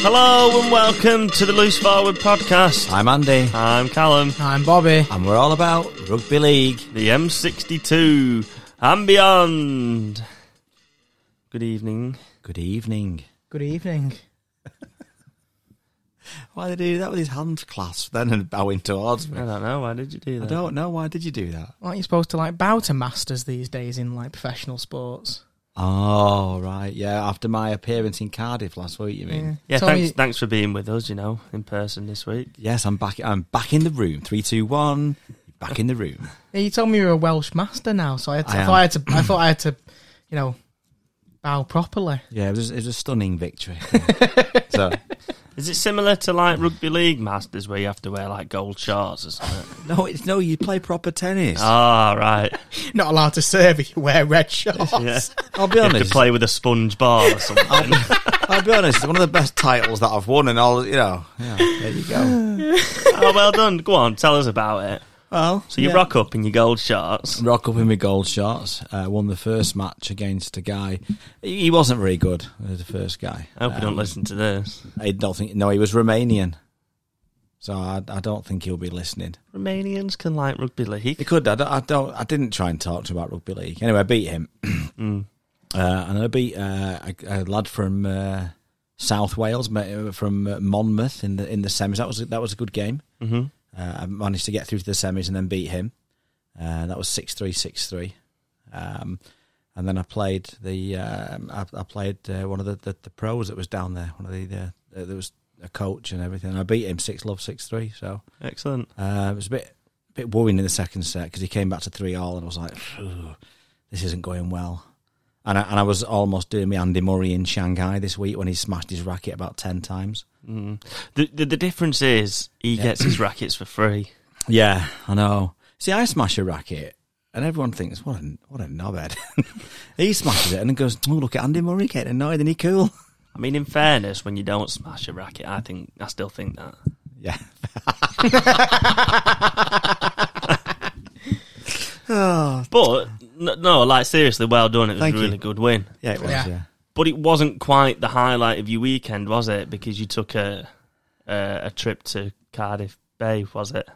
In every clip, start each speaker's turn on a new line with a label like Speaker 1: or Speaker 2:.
Speaker 1: Hello and welcome to the Loose Forward podcast.
Speaker 2: I'm Andy,
Speaker 1: I'm Callum,
Speaker 3: I'm Bobby.
Speaker 2: and we're all about rugby league.
Speaker 1: the M62 and beyond. Good evening.
Speaker 2: Good evening.
Speaker 3: Good evening.
Speaker 2: Why did he do that with his hands clasped then and bowing towards me?
Speaker 1: I don't know, why did you do
Speaker 2: I
Speaker 1: that?
Speaker 2: don't know. Why did you do that?
Speaker 3: Aren't you supposed to like bow to masters these days in like professional sports?
Speaker 2: Oh right, yeah. After my appearance in Cardiff last week, you mean?
Speaker 1: Yeah,
Speaker 3: Tell me-
Speaker 1: thanks, thanks for being with us, you know, in person this week.
Speaker 2: Yes, I'm back. I'm back in the room. Three, two, one. Back in the room.
Speaker 3: yeah, you told me you're a Welsh master now, so I, had to,
Speaker 2: I
Speaker 3: I,
Speaker 2: am.
Speaker 3: thought I had to. I thought I had to, you know, bow properly.
Speaker 2: Yeah, it was, it was a stunning victory. so
Speaker 1: Is it similar to like rugby league masters where you have to wear like gold shorts or something?
Speaker 2: no, it's no. You play proper tennis.
Speaker 1: Ah, right.
Speaker 3: Not allowed to serve if you wear red shorts.
Speaker 1: Yeah.
Speaker 2: I'll be
Speaker 1: You have to
Speaker 2: honest.
Speaker 1: play with a sponge bar or something.
Speaker 2: I'll be honest. It's one of the best titles that I've won, and all you know. Yeah, there you go.
Speaker 1: oh, well done. Go on, tell us about it.
Speaker 2: Well,
Speaker 1: So you
Speaker 2: yeah.
Speaker 1: rock up in your gold shorts.
Speaker 2: Rock up in with gold shots. Uh, won the first match against a guy. He he wasn't very good. uh, The first guy. Um,
Speaker 1: I hope you don't listen to this.
Speaker 2: I don't think. No, he was Romanian. So I, I don't think he'll be listening.
Speaker 1: Romanians can like rugby
Speaker 2: He
Speaker 1: league.
Speaker 2: could. I don't, I don't. I didn't try and talk to him about rugby league. Anyway, I beat him, uh, and I beat uh, a, a lad from uh, South Wales, ma- uh, from uh, Monmouth in the in the semis. That was that was a good game.
Speaker 1: Mm-hmm.
Speaker 2: Uh, I managed to get through to the semis and then beat him. Uh, that was six three six three, um, and then I played the um, I, I played uh, one of the, the, the pros that was down there. One of the, the uh, there was a coach and everything. And I beat him six love six three. So
Speaker 1: Excellent.
Speaker 2: uh, it was a bit bit worrying in the second set because he came back to three all, and I was like, "Phew, "This isn't going well." And I, and I was almost doing me Andy Murray in Shanghai this week when he smashed his racket about ten times.
Speaker 1: Mm. The, the the difference is he
Speaker 2: Yeah.
Speaker 1: gets his rackets for free.
Speaker 2: Yeah, I know. See, I smash a racket, and everyone thinks, "What a what a knobhead." he smashes it and then goes, "Oh, look at Andy Murray getting annoyed. Isn't he cool?"
Speaker 1: I mean, in fairness, when you don't smash a racket, I think I still think that.
Speaker 2: Yeah. Oh,
Speaker 1: But no, no like seriously, well done. It was
Speaker 2: Thank
Speaker 1: a
Speaker 2: you.
Speaker 1: really good win.
Speaker 2: Yeah, it was.
Speaker 3: Yeah.
Speaker 2: Yeah.
Speaker 1: But it wasn't quite the highlight of your weekend, was it? Because you took a a, a trip to Cardiff Bay, was it?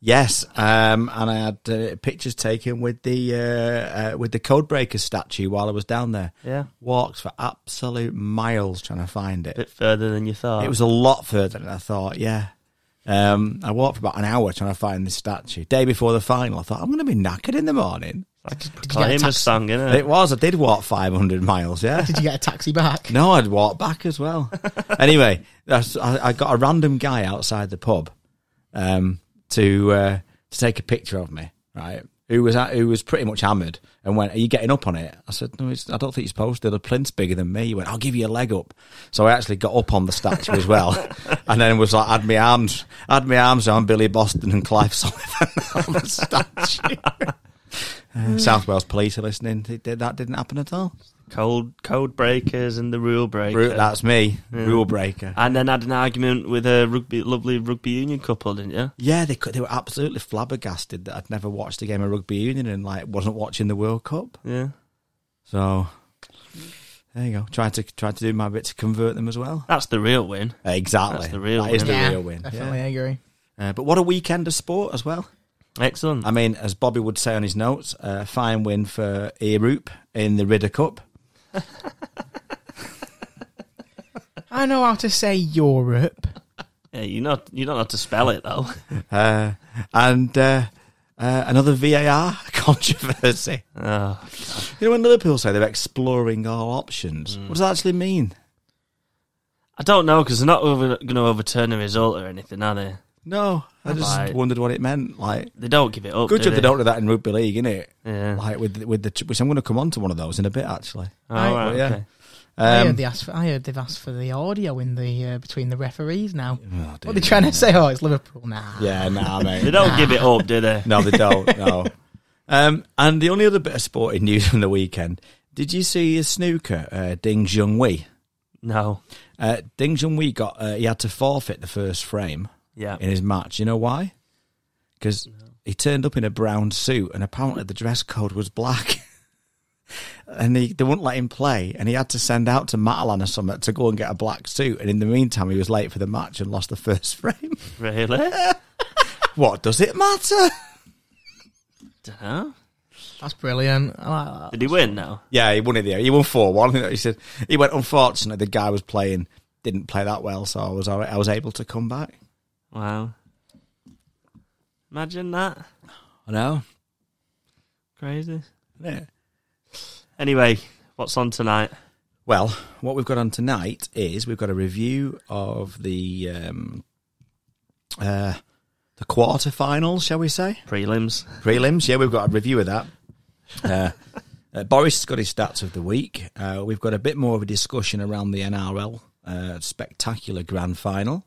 Speaker 2: Yes, um, and I had uh, pictures taken with the uh, uh, with the Codebreaker statue while I was down there.
Speaker 1: Yeah,
Speaker 2: walked for absolute miles trying to find
Speaker 1: a
Speaker 2: it.
Speaker 1: bit further than you thought.
Speaker 2: It was a lot further than I thought, yeah. Um, I walked for about an hour trying to find this statue. Day before the final, I thought, I'm going to be knackered in the morning.
Speaker 1: like a
Speaker 3: get a
Speaker 1: proclaimer's
Speaker 3: tax-
Speaker 1: song, innit?
Speaker 2: It was. I did walk 500 miles, yeah.
Speaker 3: Did you get a taxi back?
Speaker 2: No, I'd walk back as well. anyway, that's, I, I got a random guy outside the pub um, to uh, to take a picture of me, right? Who was at, who was pretty much hammered and went, "Are you getting up on it?" I said, "No, it's, I don't think you're supposed to. The plinth's bigger than me." He went, "I'll give you a leg up." So I actually got up on the statue as well, and then was like, had my arms, had my arms around Billy Boston and Clive Sullivan on the statue. Uh, South Wales police are listening. It did- That didn't happen at all.
Speaker 1: Cold code breakers and the rule breakers.
Speaker 2: Ru- That's me, rule breaker.
Speaker 1: and then had an argument with a rugby, lovely rugby union couple, didn't you?
Speaker 2: Yeah, they could, they were absolutely flabbergasted that I'd never watched a game of rugby union and like wasn't watching the World Cup.
Speaker 1: Yeah.
Speaker 2: So there you go. Tried to tried to do my bit to convert them as well.
Speaker 1: That's the real win.
Speaker 2: Exactly,
Speaker 1: That's the real
Speaker 2: That is
Speaker 1: win,
Speaker 2: the
Speaker 1: isn't
Speaker 3: yeah,
Speaker 2: real win.
Speaker 3: Definitely
Speaker 2: yeah.
Speaker 3: agree.
Speaker 2: Uh, but what a weekend of sport as well.
Speaker 1: Excellent.
Speaker 2: I mean, as Bobby would say on his notes, uh, fine win for Eroop in the Ridder Cup.
Speaker 3: I know how to say Europe.
Speaker 1: Yeah, you not you don't know how to spell it though.
Speaker 2: Uh, and uh, uh, another VAR controversy.
Speaker 1: Oh,
Speaker 2: You know, when Liverpool say they're exploring all options, what does that actually mean?
Speaker 1: I don't know because they're not over, going to overturn a result or anything, are they?
Speaker 2: No, I just
Speaker 1: Right.
Speaker 2: wondered what it meant. Like,
Speaker 1: They don't give it up.
Speaker 2: good
Speaker 1: do
Speaker 2: job
Speaker 1: they?
Speaker 2: they don't do that in rugby league, innit?
Speaker 1: Yeah.
Speaker 2: Like with with the which I'm going to come on to one of those in a bit actually.
Speaker 1: Oh,
Speaker 3: Right,
Speaker 1: right,
Speaker 2: well, yeah.
Speaker 1: okay.
Speaker 3: I
Speaker 2: Um,
Speaker 3: heard they asked. For, I heard they've asked for the audio in the uh, between the referees now.
Speaker 2: oh,
Speaker 3: What are
Speaker 2: dear.
Speaker 3: they trying to say? Oh, it's Liverpool. Nah.
Speaker 2: Yeah, nah,
Speaker 1: They
Speaker 2: mate.
Speaker 1: don't give it up, do they?
Speaker 2: no, they don't. No. Um, and the only other bit of sporting news from the weekend. Did you see his snooker, uh, Ding Junhui?
Speaker 1: No.
Speaker 2: Uh, Ding Junhui got uh, he had to forfeit the first frame
Speaker 1: Yeah.
Speaker 2: in his match. You know why? Because he turned up in a brown suit, and apparently the dress code was black. and he, they wouldn't let him play, and he had to send out to Matalan or something to go and get a black suit. And in the meantime, he was late for the match and lost the first frame.
Speaker 1: Really?
Speaker 2: what does it matter?
Speaker 1: Dunno.
Speaker 3: That's brilliant. I like that.
Speaker 1: Did he win now?
Speaker 2: Yeah, he won it there. He won four one. He said he went. Unfortunately, the guy was playing didn't play that well, so I was all right. I was able to come back.
Speaker 1: Wow. Imagine that.
Speaker 2: I know.
Speaker 1: Crazy. Anyway, what's on tonight?
Speaker 2: Well, what we've got on tonight is we've got a review of the um, uh, the quarterfinals, shall we say?
Speaker 1: Prelims.
Speaker 2: prelims. Yeah, we've got a review of that. Uh, uh, Boris has got his stats of the week. Uh, we've got a bit more of a discussion around the NRL uh, spectacular grand final.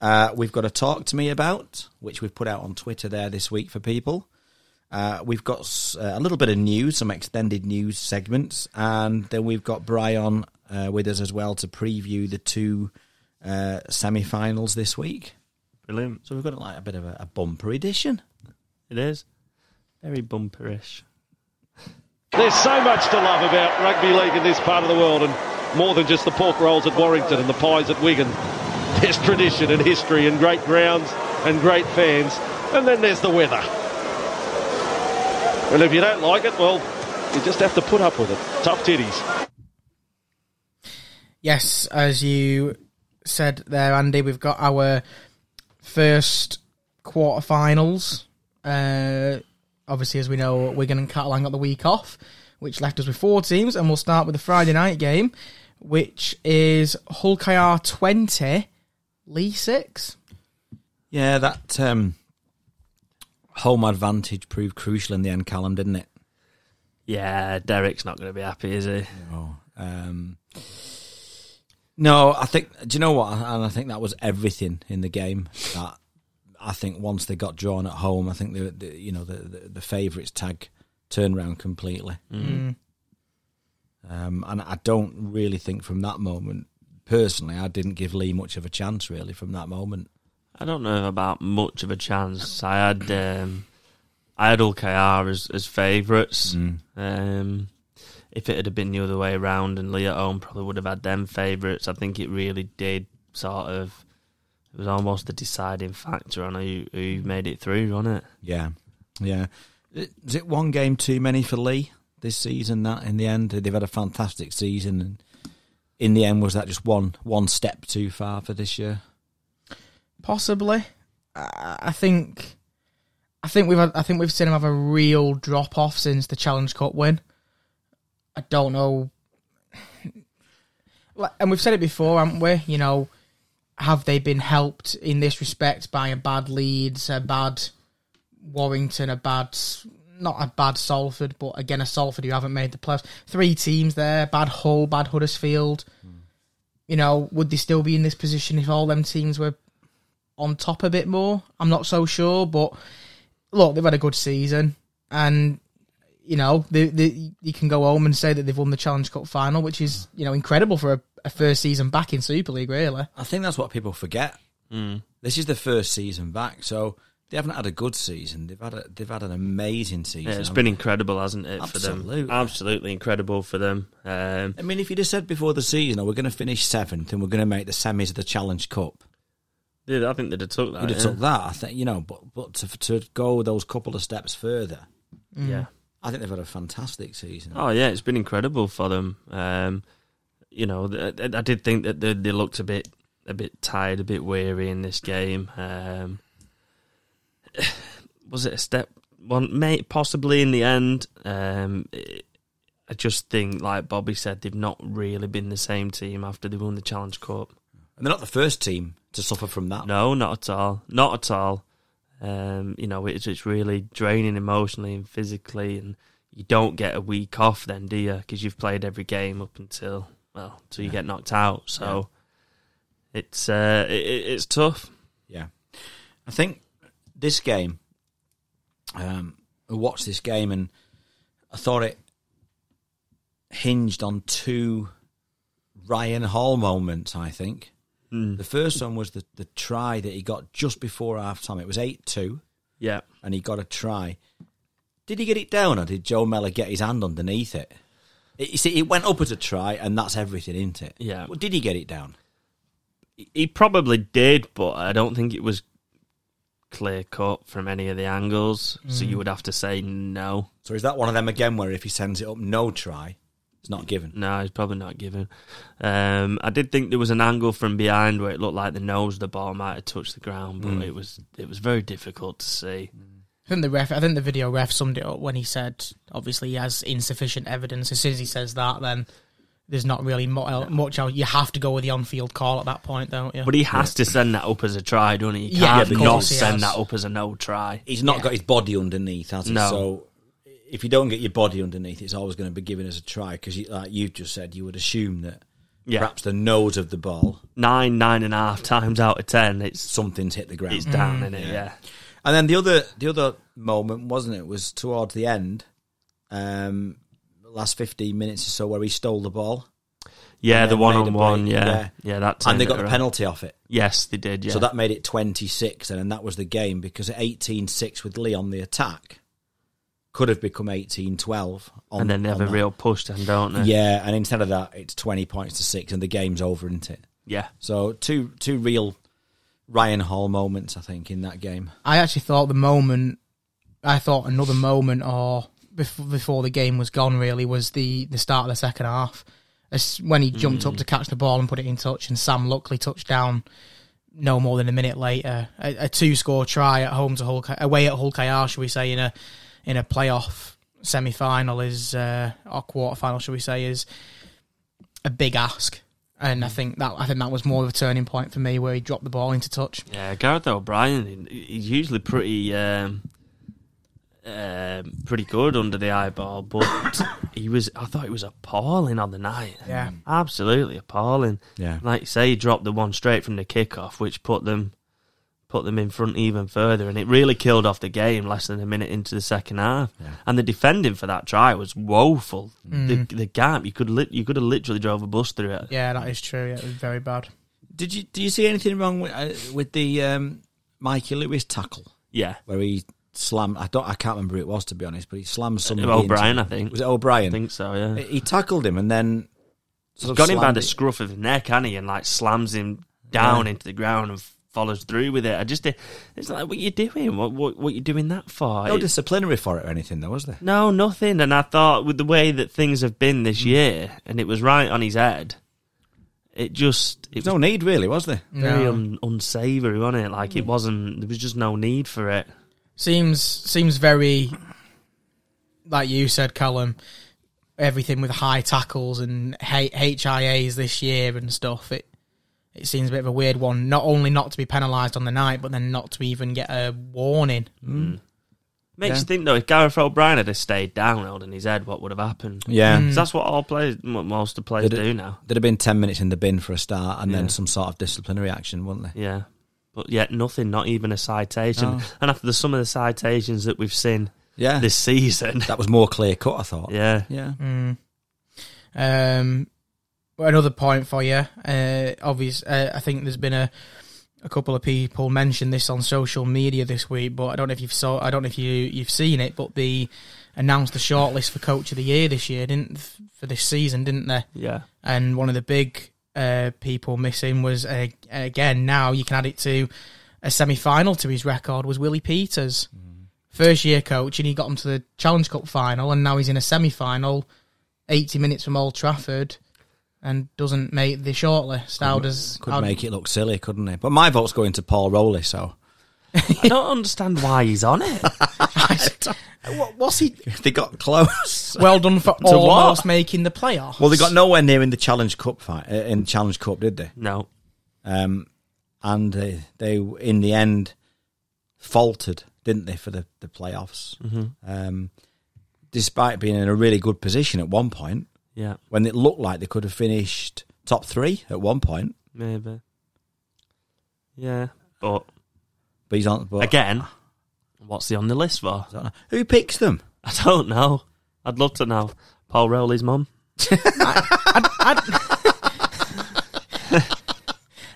Speaker 2: Uh, we've got a talk to me about, which we've put out on Twitter there this week for people. Uh, we've got s- uh, a little bit of news, some extended news segments, and then we've got Brian uh, with us as well to preview the two uh, semi-finals this week.
Speaker 1: Brilliant.
Speaker 2: So we've got like a bit of a, a bumper edition.
Speaker 1: It is. Very bumperish.
Speaker 4: There's so much to love about rugby league in this part of the world, and more than just the pork rolls at Warrington and the pies at Wigan. There's tradition and history and great grounds and great fans, and then there's the weather. And if you don't like it, well, you just have to put up with it. Tough titties.
Speaker 3: Yes, as you said there, Andy, we've got our first quarterfinals. Uh, obviously, as we know, Wigan and Catalan got the week off, which left us with four teams, and we'll start with the Friday night game, which is Hulk IR 20, Lee 6.
Speaker 2: Yeah, that um, home advantage proved crucial in the end, Callum, didn't it?
Speaker 1: Yeah, Derek's not going to be happy, is he?
Speaker 2: No. Um, no, I think. Do you know what? And I think that was everything in the game. That I think once they got drawn at home, I think the, the you know the the, the favourites tag turned around completely.
Speaker 1: Mm.
Speaker 3: Mm.
Speaker 2: Um, and I don't really think from that moment, personally, I didn't give Lee much of a chance really from that moment.
Speaker 1: I don't know about much of a chance. I had um, I had LKR as as favourites. Um, if it had been the other way around and Lee at home probably would have had them favourites. I think it really did sort of. It was almost the deciding factor on who who made it through, on it.
Speaker 2: Yeah, yeah. Is it one game too many for Lee this season? That in the end, they've had a fantastic season, and in the end, was that just one one step too far for this year?
Speaker 3: Possibly. I I think. I think we've had, I think we've seen him have a real drop off since the Challenge Cup win. I don't know. Like, And we've said it before, haven't we? You know, have they been helped in this respect by a bad Leeds, a bad Warrington, a bad not a bad Salford, but again a Salford who haven't made the playoffs. Three teams there: bad Hull, bad Huddersfield. You know, would they still be in this position if all them teams were on top a bit more. I'm not so sure, but look, they've had a good season, and you know, they, they, you can go home and say that they've won the Challenge Cup final, which is you know incredible for a, a first season back in Super League, really.
Speaker 2: I think that's what people forget.
Speaker 1: Hmm.
Speaker 2: This is the first season back, so they haven't had a good season. They've had a, they've had an amazing season.
Speaker 1: Yeah, it's been incredible, hasn't it? For them,
Speaker 2: Absolutely.
Speaker 1: absolutely incredible for them. Um,
Speaker 2: I mean, if you'd have said before the season, oh, we're going to finish seventh and we're going to make the semis of the Challenge Cup,
Speaker 1: yeah, I think they'd have took that.
Speaker 2: you'd have
Speaker 1: yeah.
Speaker 2: took that. I think you know, but but to, to go those couple of steps further,
Speaker 3: Mm.
Speaker 1: Yeah.
Speaker 2: I think they've had a fantastic season.
Speaker 1: Oh yeah, it's been incredible for them. Um, you know, th- th- I did think that they, they looked a bit, a bit tired, a bit weary in this game. Um, was it a step one, mate? Possibly in the end. Um, it- I just think, like Bobby said, they've not really been the same team after they won the Challenge Cup.
Speaker 2: And they're not the first team to suffer from that.
Speaker 1: No, not at all. Not at all. Um, you know, it's it's really draining emotionally and physically, and you don't get a week off then, do you? Because you've played every game up until well, till you get knocked out. So it's uh, it, it- it's tough.
Speaker 2: Yeah. I think this game, um, I watched this game and I thought it hinged on two Ryan Hall moments, I think.
Speaker 1: Hmm.
Speaker 2: The first one was the, the try that he got just before half time. It was 8 2,
Speaker 1: Yeah,
Speaker 2: and he got a try. Did he get it down, or did Joe Mellor get his hand underneath it? It, you see, it went up as a try, and that's everything, isn't it?
Speaker 1: Yeah.
Speaker 2: Well, did he get it down?
Speaker 1: He probably did, but I don't think it was clear cut from any of the angles. So you would have to say no.
Speaker 2: So is that one of them again where if he sends it up, no try, it's not given?
Speaker 1: No, he's probably not giving. Um, I did think there was an angle from behind where it looked like the nose of the ball might have touched the ground,
Speaker 2: Hmm.
Speaker 1: but it was it was very difficult to see.
Speaker 2: Mm.
Speaker 3: I think the ref. I think the video ref summed it up when he said, "Obviously, he has insufficient evidence." As soon as he says that, then there's not really mu- much. Else. You have to go with the on-field call at that point, don't you?
Speaker 1: But he has to send that up as a try, don't he? He
Speaker 3: Yeah,
Speaker 1: can't
Speaker 3: of course
Speaker 1: not
Speaker 3: he
Speaker 1: send
Speaker 3: has.
Speaker 1: that up as a no try.
Speaker 2: He's not
Speaker 3: Yeah.
Speaker 2: got his body underneath, has he?
Speaker 1: No.
Speaker 2: So if you don't get your body underneath, it's always going to be given as a try because, you, like you've just said, you would assume that
Speaker 1: Yeah,
Speaker 2: perhaps the nose of the ball,
Speaker 1: nine, nine and a half times out of ten, it's
Speaker 2: something's hit the ground.
Speaker 1: it's down in it. Yeah,
Speaker 2: And then the other the other moment wasn't it was towards the end, um, last fifteen minutes or so where he stole the ball
Speaker 1: yeah,
Speaker 2: And
Speaker 1: the
Speaker 2: then
Speaker 1: one
Speaker 2: made
Speaker 1: on
Speaker 2: a
Speaker 1: one.
Speaker 2: break,
Speaker 1: Yeah,
Speaker 2: yeah.
Speaker 1: yeah, that.
Speaker 2: and they
Speaker 1: turned
Speaker 2: got
Speaker 1: it
Speaker 2: the
Speaker 1: around.
Speaker 2: penalty off it,
Speaker 1: Yes, they did. Yeah,
Speaker 2: so that made it twenty six, and then that was the game because at 18-6 with Lee on the attack could have become 18-12. on-
Speaker 1: and then they have
Speaker 2: on
Speaker 1: a
Speaker 2: that.
Speaker 1: real eh? push, then, don't they?
Speaker 2: yeah, and instead of that, it's twenty points to six, and the game's over, isn't it?
Speaker 1: yeah.
Speaker 2: So two two real Ryan Hall moments, I think, in that game.
Speaker 3: I actually thought the moment, I thought another moment or before, before the game was gone really was the, the start of the second half. As when he jumped up to catch the ball and put it in touch, and Sam luckily touched down no more than a minute later. A, a two score try at home to Hulk, away at Hulk IR, shall we say, in a in a playoff semi final is uh, or quarter final, shall we say, is a big ask. And I think that I think that was more of a turning point for me where he dropped the ball into touch.
Speaker 1: Yeah, Gareth O'Brien he- he's usually pretty um, um, pretty good under the eyeball, but he was I thought he was appalling on the night.
Speaker 3: Yeah.
Speaker 1: Absolutely appalling.
Speaker 2: Yeah.
Speaker 1: Like you say he dropped the one straight from the kickoff, which put them put them in front even further and it really killed off the game less than a minute into the second half. And the defending for that try was woeful. The, the gap you could lit you could have literally drove a bus through it.
Speaker 3: Mm. Yeah, that is true. Yeah, it was very bad.
Speaker 2: Did you do you see anything wrong with uh, with the um, Mikey Lewis tackle
Speaker 1: Yeah.
Speaker 2: where he slammed? I don't, I can't remember who it was to be honest, but he slammed somebody. into-
Speaker 1: O'Brien, I think.
Speaker 2: Was it O'Brien?
Speaker 1: I think so, yeah.
Speaker 2: he tackled him and then sort of
Speaker 1: got him by
Speaker 2: slammed
Speaker 1: the
Speaker 2: it.
Speaker 1: scruff of his neck, and he, and like slams him down into the ground and follows through with it. I just, uh, it's like, what you doing? What what what you doing that for?
Speaker 2: No
Speaker 1: It-
Speaker 2: disciplinary for it or anything, though, was there?
Speaker 1: no, nothing. And I thought with the way that things have been
Speaker 2: Mm.
Speaker 1: this year, and it was right on his head. It just it
Speaker 2: There's
Speaker 1: was
Speaker 2: no need really, was there?
Speaker 1: very
Speaker 3: No.
Speaker 1: un, unsavory, wasn't it?
Speaker 2: Mm.
Speaker 1: Like it wasn't. There was just no need for it.
Speaker 3: Seems seems very like you said, Callum. Everything with high tackles and H- HIAs this year and stuff. It it seems a bit of a weird one. Not only not to be penalised on the night, but then not to even get a warning.
Speaker 1: Makes
Speaker 2: Yeah.
Speaker 1: you think though, if Gareth O'Brien had have stayed down, held in his head, what would have happened?
Speaker 2: Yeah,
Speaker 1: 'Cause that's what all players, mo- most of the players
Speaker 2: Did it-
Speaker 1: do now.
Speaker 2: there'd have been ten minutes in the bin for a start, and
Speaker 1: Yeah.
Speaker 2: then some sort of disciplinary action, wouldn't there?
Speaker 1: Yeah. But yet nothing, not even a citation.
Speaker 2: No.
Speaker 1: And after the, some of the citations that we've seen
Speaker 2: Yeah,
Speaker 1: this season,
Speaker 2: that was more clear cut, I thought.
Speaker 1: yeah,
Speaker 2: yeah.
Speaker 3: Mm. Um, but another point for you. Uh, obvious. Uh, I think there's been a a couple of people mentioned this on social media this week, but I don't know if you've saw. I don't know if you you've seen it, but they announced the shortlist for coach of the year this year, didn't for this season, didn't they?
Speaker 1: yeah,
Speaker 3: And one of the big uh, people missing was uh, again now you can add it to a semi final to his record was Willie Peters, first year coach, and he got him to the Challenge Cup final, and now he's in a semi final, eighty minutes from Old Trafford, and doesn't make the shortlist. How does
Speaker 2: Could
Speaker 3: how-
Speaker 2: make it look silly, couldn't it? But my vote's going to Paul Rowley, so
Speaker 1: I don't understand why he's on it.
Speaker 2: what, what's he? they got close.
Speaker 3: well done for
Speaker 2: what?
Speaker 3: almost making the playoffs?
Speaker 2: Well, they got nowhere near in the Challenge Cup fight uh, in Challenge Cup, did they?
Speaker 1: No,
Speaker 2: Um, and they, they, in the end, faltered, didn't they, for the the playoffs? Um, despite being in a really good position at one point,
Speaker 1: yeah,
Speaker 2: when it looked like they could have finished top three at one point,
Speaker 1: maybe, yeah. But
Speaker 2: but he's on. But uh,
Speaker 1: again, what's he on the list for?
Speaker 2: I don't know. who picks them?
Speaker 1: I don't know. I'd love to know. Paul Rowley's mum.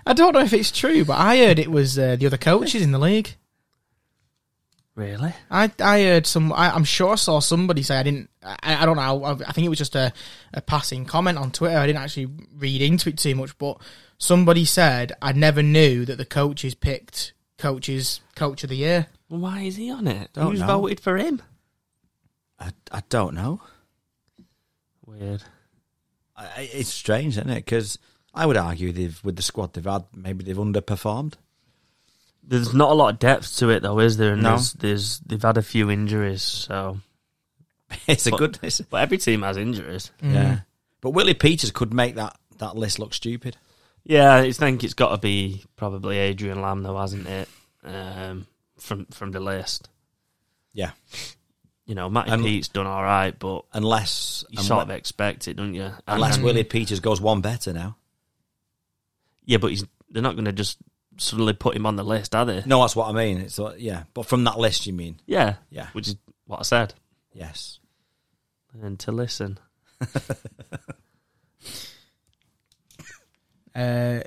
Speaker 3: I don't know if it's true, but I heard it was uh, the other coaches in the league.
Speaker 1: Really?
Speaker 3: I, I heard some. I, I'm sure I saw somebody say I didn't. I, I don't know. I, I think it was just a, a passing comment on Twitter. I didn't actually read into it too much, but somebody said I never knew that the coaches picked coaches coach of the year.
Speaker 1: Well, why is he on it?
Speaker 2: Don't
Speaker 1: Who's
Speaker 2: know.
Speaker 1: voted for him?
Speaker 2: I, I don't know.
Speaker 1: Weird.
Speaker 2: I- I- It's strange, isn't it? Because I would argue they've with the squad they've had, maybe they've underperformed.
Speaker 1: There's not a lot of depth to it, though, is there? And
Speaker 2: No.
Speaker 1: There's, there's they've had a few injuries, so
Speaker 2: It's a
Speaker 1: But-
Speaker 2: good, it's,
Speaker 1: but every team has injuries.
Speaker 2: yeah. But Willie Peters could make that that list look stupid.
Speaker 1: Yeah, I think it's got to be probably Adrian Lamb, though, hasn't it? Um, from from the list,
Speaker 2: Yeah,
Speaker 1: you know, Matty
Speaker 2: Um,
Speaker 1: Pete's done all right, but
Speaker 2: unless
Speaker 1: you
Speaker 2: unle-
Speaker 1: sort of expect it, don't you? And-
Speaker 2: unless
Speaker 1: and-
Speaker 2: Willie Peters goes one better now.
Speaker 1: yeah, but he's, they're not going to just suddenly put him on the list, are they?
Speaker 2: No, that's what I mean. It's like, yeah, but from that list, you mean?
Speaker 1: Yeah,
Speaker 2: Yeah.
Speaker 1: which is what I said.
Speaker 2: Yes.
Speaker 1: And to listen,
Speaker 3: Uh,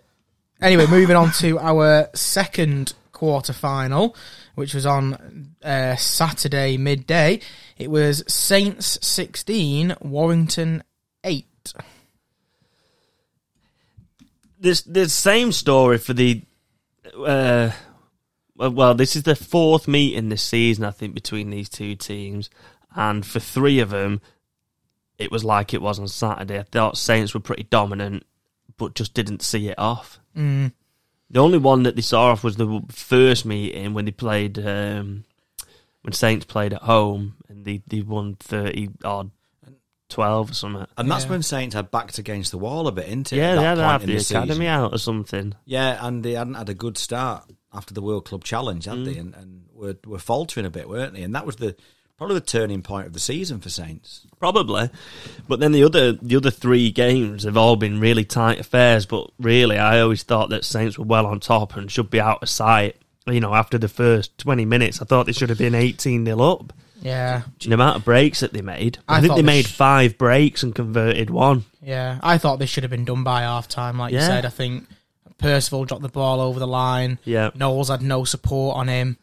Speaker 3: anyway, moving on to our second quarter final, which was on uh, Saturday midday. It was Saints sixteen, Warrington eight.
Speaker 1: this the same story for the. Uh, well- well, this is the fourth meeting this season, I think, between these two teams, and for three of them, it was like it was on Saturday. I thought Saints were pretty dominant, but just didn't see it off.
Speaker 3: Mm.
Speaker 1: The only one that they saw off was the first meeting when they played um, when Saints played at home and they, they won thirty odd twelve or something.
Speaker 2: And that's
Speaker 3: Yeah.
Speaker 2: when Saints had backed against the wall a bit, isn't it?
Speaker 1: Yeah,
Speaker 2: at
Speaker 1: they
Speaker 2: that
Speaker 1: had
Speaker 2: point
Speaker 1: half
Speaker 2: in
Speaker 1: the academy
Speaker 2: season?
Speaker 1: out or something.
Speaker 2: Yeah, and they hadn't had a good start after the World Club Challenge, had they? And, and were, were faltering a bit, weren't they? And that was the probably the turning point of the season for Saints.
Speaker 1: Probably, but then the other the other three games have all been really tight affairs. But really, I always thought that Saints were well on top and should be out of sight. You know, after the first twenty minutes, I thought they should have been eighteen nil up.
Speaker 3: Yeah,
Speaker 1: The amount of breaks that they made, I,
Speaker 3: I
Speaker 1: think
Speaker 3: thought
Speaker 1: they
Speaker 3: they
Speaker 1: made
Speaker 3: sh-
Speaker 1: five breaks and converted one.
Speaker 3: yeah. I thought this should have been done by half time, like you
Speaker 1: Yeah.
Speaker 3: said. I think Percival dropped the ball over the line.
Speaker 1: Yeah,
Speaker 3: Knowles had no support on him.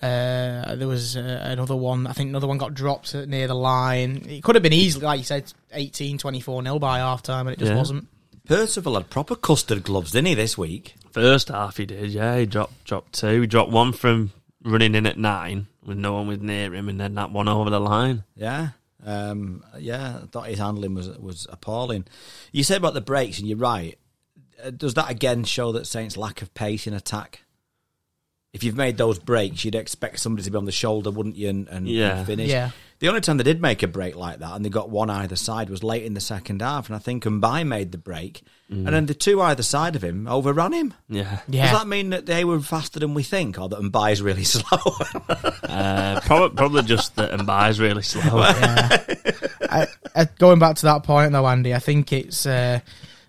Speaker 3: Uh, there was uh, another one. I think another one got dropped at- near the line. It could have been easily, like you said, 18, 24 nil by half time, and it just
Speaker 1: Yeah.
Speaker 3: wasn't.
Speaker 2: Percival had proper custard gloves, didn't he, this week?
Speaker 1: First half he did, yeah. He dropped dropped two. He dropped one from running in at nine with no one was near him, and then that one over the line.
Speaker 2: Yeah. Um, yeah, I thought his handling was was appalling. You said about the breaks, and you're right. Uh, Does that again show that Saints' lack of pace in attack? If you've made those breaks, you'd expect somebody to be on the shoulder, wouldn't you? And, and
Speaker 1: Yeah.
Speaker 2: finish.
Speaker 3: Yeah.
Speaker 2: The only time they did make a break like that, and they got one either side, was late in the second half. And I think Mbai made the break,
Speaker 1: Mm.
Speaker 2: and then the two either side of him overran him.
Speaker 1: Yeah,
Speaker 3: Yeah.
Speaker 2: Does that mean that they were faster than we think, or that Mbai's really slow?
Speaker 1: uh, probably probably just that Mbai's really slow.
Speaker 3: I, I, going back to that point though, Andy, I think it's uh,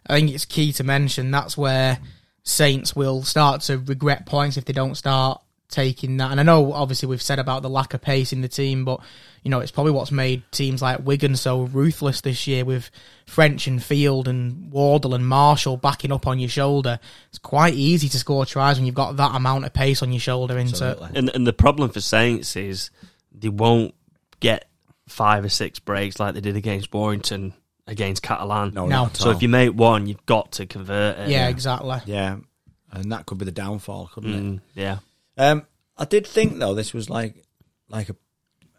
Speaker 3: I think it's key to mention that's where Saints will start to regret points if they don't start taking that. And I know obviously we've said about the lack of pace in the team, but you know it's probably what's made teams like Wigan so ruthless this year with French and Field and Wardle and Marshall backing up on your shoulder. It's quite easy to score tries when you've got that amount of pace on your shoulder. Into
Speaker 2: Absolutely.
Speaker 1: And and the problem for Saints is they won't get five or six breaks like they did against Warrington against Catalan.
Speaker 2: No,
Speaker 3: No.
Speaker 2: not at
Speaker 1: So
Speaker 2: all.
Speaker 1: if you make one, you've got to convert it.
Speaker 3: yeah, exactly.
Speaker 2: Yeah, and that could be the downfall, couldn't it?
Speaker 1: Mm, yeah.
Speaker 2: Um, I did think though this was like like a,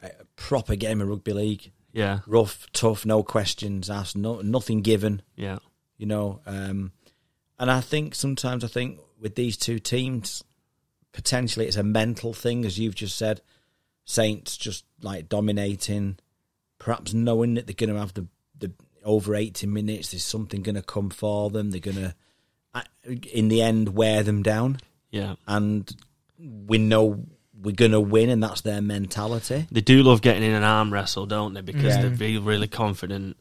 Speaker 2: a proper game of rugby league,
Speaker 1: Yeah,
Speaker 2: rough, tough, no questions asked, no nothing given,
Speaker 1: yeah,
Speaker 2: you know. Um, and I think sometimes I think with these two teams, potentially it's a mental thing, as you've just said. Saints just like dominating, perhaps knowing that they're going to have the the over eighty minutes. There's something going to come for them. They're going to, in the end, wear them down
Speaker 1: yeah.
Speaker 2: and we know we're going to win, and that's their mentality.
Speaker 1: They do love getting in an arm wrestle, don't they? Because
Speaker 3: Yeah.
Speaker 1: they feel really confident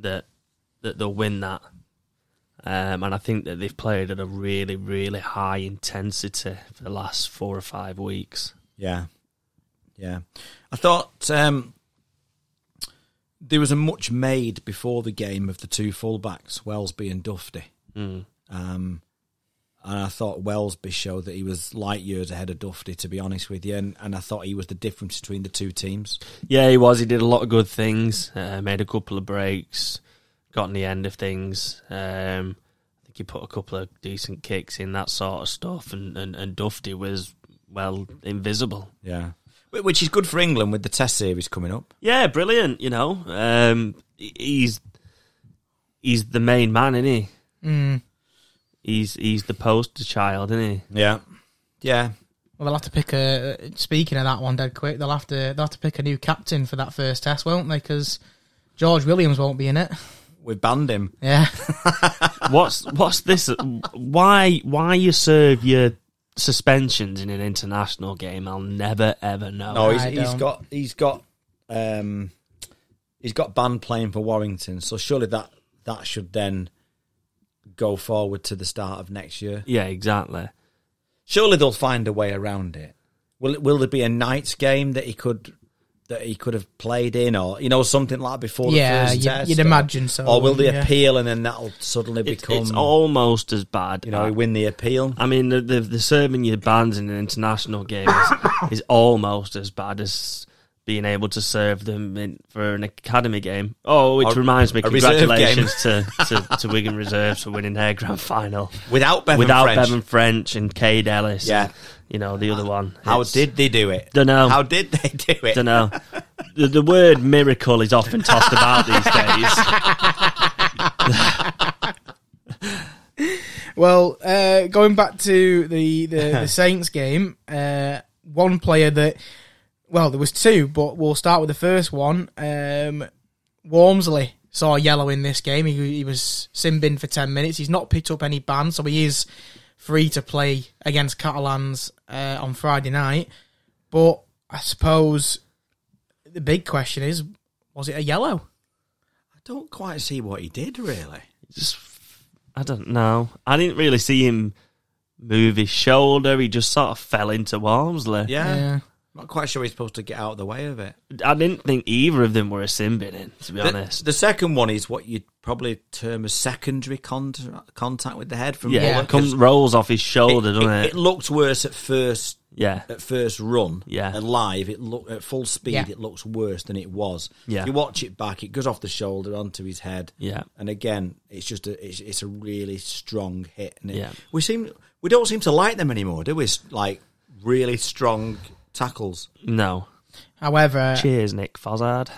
Speaker 1: that that they'll win that. Um, and I think that they've played at a really, really high intensity for the last four or five weeks.
Speaker 2: Yeah, yeah. I thought um, there was a much made before the game of the two fullbacks, Wellesby and Dufty.
Speaker 1: Mm.
Speaker 2: Um, I- And I thought Wellsby showed that he was light years ahead of Dufty, to be honest with you. And, and I thought he was the difference between the two teams.
Speaker 1: Yeah, he was. He did a lot of good things. Uh, made a couple of breaks. Got in the end of things. Um, I think he put a couple of decent kicks in that sort of stuff. And and, and Dufty was well invisible.
Speaker 2: Yeah. Wh- Which is good for England with the Test series coming up.
Speaker 1: Yeah, brilliant. You know, um, he- he's he's the main man, isn't he?
Speaker 3: Mm.
Speaker 1: He's he's the poster child, isn't he?
Speaker 2: Yeah. Yeah.
Speaker 3: Well, they'll have to pick a. Speaking of that one, dead quick, they'll have to they'll have to pick a new captain for that first test, won't they? Because George Williams won't be in it.
Speaker 2: We banned him.
Speaker 3: Yeah,
Speaker 1: What's what's this? Why why you serve your suspensions in an international game? I'll never ever know.
Speaker 2: No, he's,
Speaker 3: I
Speaker 2: he's
Speaker 3: don't.
Speaker 2: got he's got um, he's got banned playing for Warrington. So surely that that should then go forward to the start of next year.
Speaker 1: Yeah, exactly.
Speaker 2: Surely they'll find a way around it. Will will there be a night's game that he could that he could have played in, or you know something like before
Speaker 3: yeah,
Speaker 2: the
Speaker 3: you,
Speaker 2: first test?
Speaker 3: would
Speaker 2: or-
Speaker 3: imagine so.
Speaker 2: Or will they
Speaker 3: yeah.
Speaker 2: appeal and then that'll suddenly
Speaker 1: It's,
Speaker 2: become
Speaker 1: it's almost as bad.
Speaker 2: you know he win the appeal?
Speaker 1: I mean, the, the the serving your bans in an international game is, is almost as bad as being able to serve them in, for an academy game. Oh, which
Speaker 2: Or
Speaker 1: reminds me,
Speaker 2: a reserve
Speaker 1: congratulations to, to, to Wigan Reserves for winning their grand final
Speaker 2: Without Bevan
Speaker 1: without
Speaker 2: French.
Speaker 1: Bevan French and Cade Ellis.
Speaker 2: Yeah.
Speaker 1: and, you know the other one.
Speaker 2: How did they do it?
Speaker 1: Dunno.
Speaker 2: How did they do it?
Speaker 1: don't know. The, the word miracle is often tossed about these days.
Speaker 3: Well, uh, going back to the the, the Saints game, uh, one player that well there was two, but we'll start with the first one. Um, Wormsley saw yellow in this game. He, he was sin bin for ten minutes. He's not picked up any ban, so he is free to play against Catalans uh, on Friday night. But I suppose the big question is, was it a yellow?
Speaker 2: I don't quite see what he did really.
Speaker 1: Just, I don't know. I didn't really see him move his shoulder. He just sort of fell into Walmsley.
Speaker 2: yeah. Not quite sure he's supposed to get out of the way of it.
Speaker 1: I didn't think either of them were a sin bin in, to be honest.
Speaker 2: The second one is what you'd probably term a secondary contact, contact with the head from
Speaker 1: yeah,
Speaker 2: Muller,
Speaker 1: it comes
Speaker 2: 'cause
Speaker 1: rolls off his shoulder, doesn't it?
Speaker 2: it looked worse at first
Speaker 1: yeah,
Speaker 2: at first run.
Speaker 1: Yeah.
Speaker 2: and live it look at full speed.
Speaker 3: Yeah.
Speaker 2: It looks worse than it was.
Speaker 1: Yeah.
Speaker 2: If you watch it back, it goes off the shoulder onto his head.
Speaker 1: Yeah.
Speaker 2: and again, it's just a it's, it's a really strong hit. And it,
Speaker 1: Yeah.
Speaker 2: we seem we don't seem to like them anymore, do we? S- Like really strong tackles.
Speaker 1: no.
Speaker 3: However,
Speaker 1: Cheers, Nick Fozzard.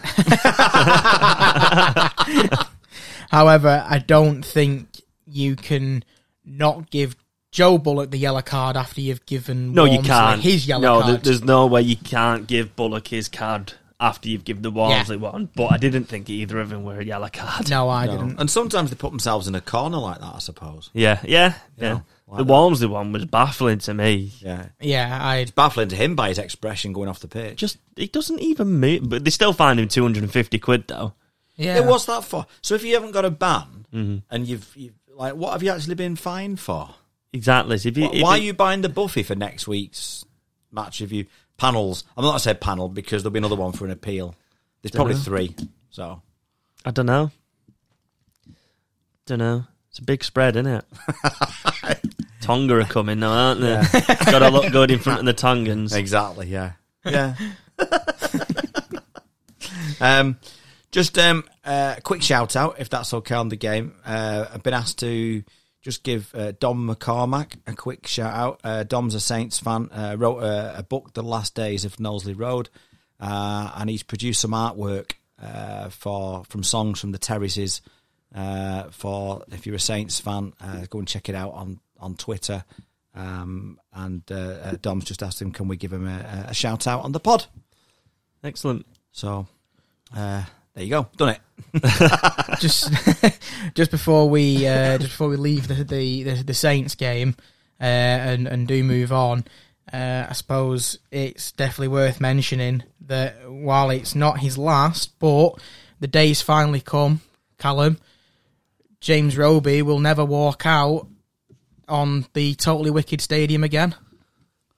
Speaker 3: However, I don't think you can not give Joe Bullock the yellow card after you've given
Speaker 1: No, you
Speaker 3: Wormsley
Speaker 1: can't.
Speaker 3: his yellow
Speaker 1: no, there-
Speaker 3: card.
Speaker 1: there's no way you can't give Bullock his card after you've given the Walmsley one. But I didn't think either of them were a yellow card.
Speaker 3: no, I
Speaker 2: No.
Speaker 3: didn't.
Speaker 2: And sometimes they put themselves in a corner like that. I suppose.
Speaker 1: Yeah, yeah, yeah.
Speaker 2: Yeah, like
Speaker 1: the
Speaker 2: that.
Speaker 1: Walmsley one was baffling to me.
Speaker 2: Yeah,
Speaker 3: Yeah, I
Speaker 2: baffling to him by his expression going off the pitch.
Speaker 1: Just he doesn't even move, but they still find him two hundred and fifty quid though.
Speaker 3: yeah.
Speaker 2: It was that for. So if you haven't got a ban and you've, you've like, what have you actually been fined for?
Speaker 1: Exactly. So if you,
Speaker 2: Why,
Speaker 1: if
Speaker 2: why are you buying the Buffy for next week's match If you panels? I'm not I said panel because there'll be another one for an appeal. There's probably
Speaker 1: Dunno.
Speaker 2: three. So
Speaker 1: I don't know. Don't know. It's a big spread, isn't it? Tonga are coming now, aren't they? Got to look good in front of the Tongans.
Speaker 2: exactly, yeah, yeah. um, just um, uh, quick shout out if that's okay on the game. Uh, I've been asked to. Just give uh, Dom McCormack a quick shout out. Uh, Dom's a Saints fan. Uh, wrote a, a book, The Last Days of Knowsley Road, uh, and he's produced some artwork uh, for from songs from the Terraces. Uh, for if you're a Saints fan, uh, go and check it out on on Twitter. Um, and uh, uh, Dom's just asked him, can we give him a, a shout out on the pod?
Speaker 1: Excellent.
Speaker 2: So uh, there you go, done it.
Speaker 3: just just before we uh, just before we leave the the, the, the Saints game uh, and and do move on. Uh, I suppose it's definitely worth mentioning that while it's not his last, but the day's finally come. Callum James Roby will never walk out on the totally wicked stadium again.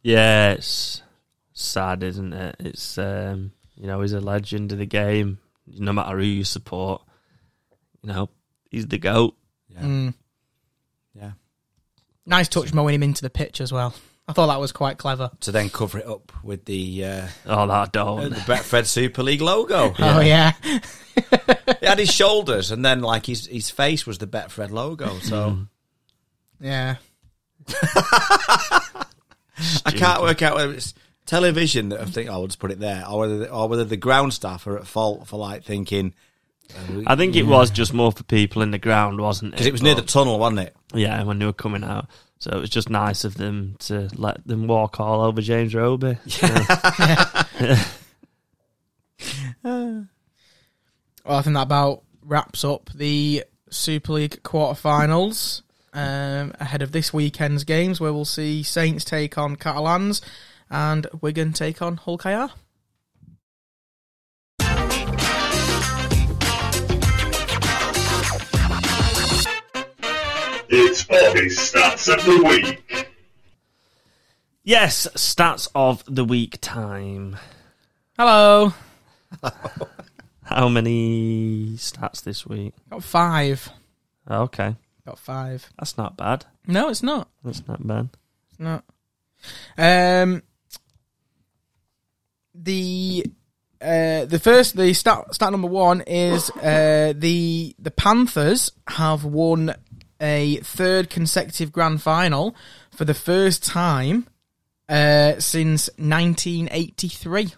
Speaker 1: Yeah, it's sad, isn't it? It's um, you know he's a legend of the game. No matter who you support, you know he's the goat.
Speaker 2: Yeah,
Speaker 3: Mm.
Speaker 2: yeah.
Speaker 3: Hmm. Nice touch mowing him into the pitch as well. I thought that was quite clever.
Speaker 2: to then cover it up with the uh,
Speaker 1: Oh, that
Speaker 2: the
Speaker 1: don't.
Speaker 2: Betfred Super League logo.
Speaker 3: Oh yeah,
Speaker 2: He had his shoulders, and then like his his face was the Betfred logo. So
Speaker 1: Mm.
Speaker 3: yeah.
Speaker 2: I can't work out whether it's television that I think oh, I'll just put it there, or whether or whether the ground staff are at fault for like thinking
Speaker 1: I think it Oh. was just more for people in the ground, wasn't it?
Speaker 2: because it was near the
Speaker 1: But-
Speaker 2: tunnel, wasn't it?
Speaker 1: yeah, when they were coming out. So it was just nice of them to let them walk all over James Roby.
Speaker 3: Well, I think that about wraps up the Super League quarterfinals um, ahead of this weekend's games, where we'll see Saints take on Catalans and Wigan take on Hull KR.
Speaker 5: It's Bobby's Stats of the Week.
Speaker 1: Yes, stats of the week time.
Speaker 3: Hello,
Speaker 1: How many stats this week?
Speaker 3: got five,
Speaker 1: Okay,
Speaker 3: got five.
Speaker 1: that's not bad.
Speaker 3: No, it's not.
Speaker 1: That's not bad.
Speaker 3: It's not. Um, the uh, the first the stat stat number one is uh, the the Panthers have won a third consecutive grand final for the first time uh, since 1983.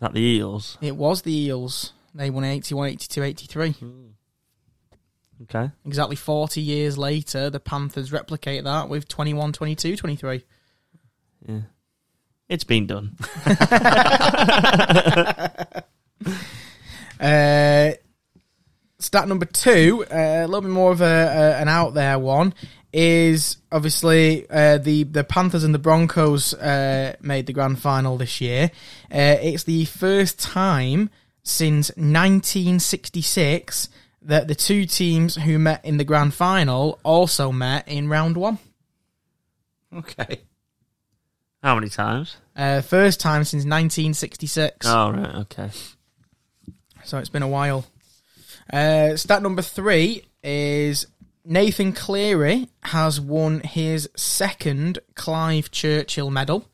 Speaker 1: Not the Eels.
Speaker 3: It was the Eels. They won 81, 82, 83.
Speaker 1: Okay.
Speaker 3: Exactly 40 years later, the Panthers replicate that with 21, 22, 23.
Speaker 1: Yeah. It's been done.
Speaker 3: Uh, stat number two, uh, a little bit more of a, a an out there one, is obviously uh, the the Panthers and the Broncos uh, made the grand final this year. Uh, it's the first time since 1966 that the two teams who met in the grand final also met in round one.
Speaker 2: Okay,
Speaker 1: How many times?
Speaker 3: Uh, first time since 1966.
Speaker 1: Oh, right, okay.
Speaker 3: So it's been a while. Uh, stat number three is Nathan Cleary has won his second Clive Churchill medal.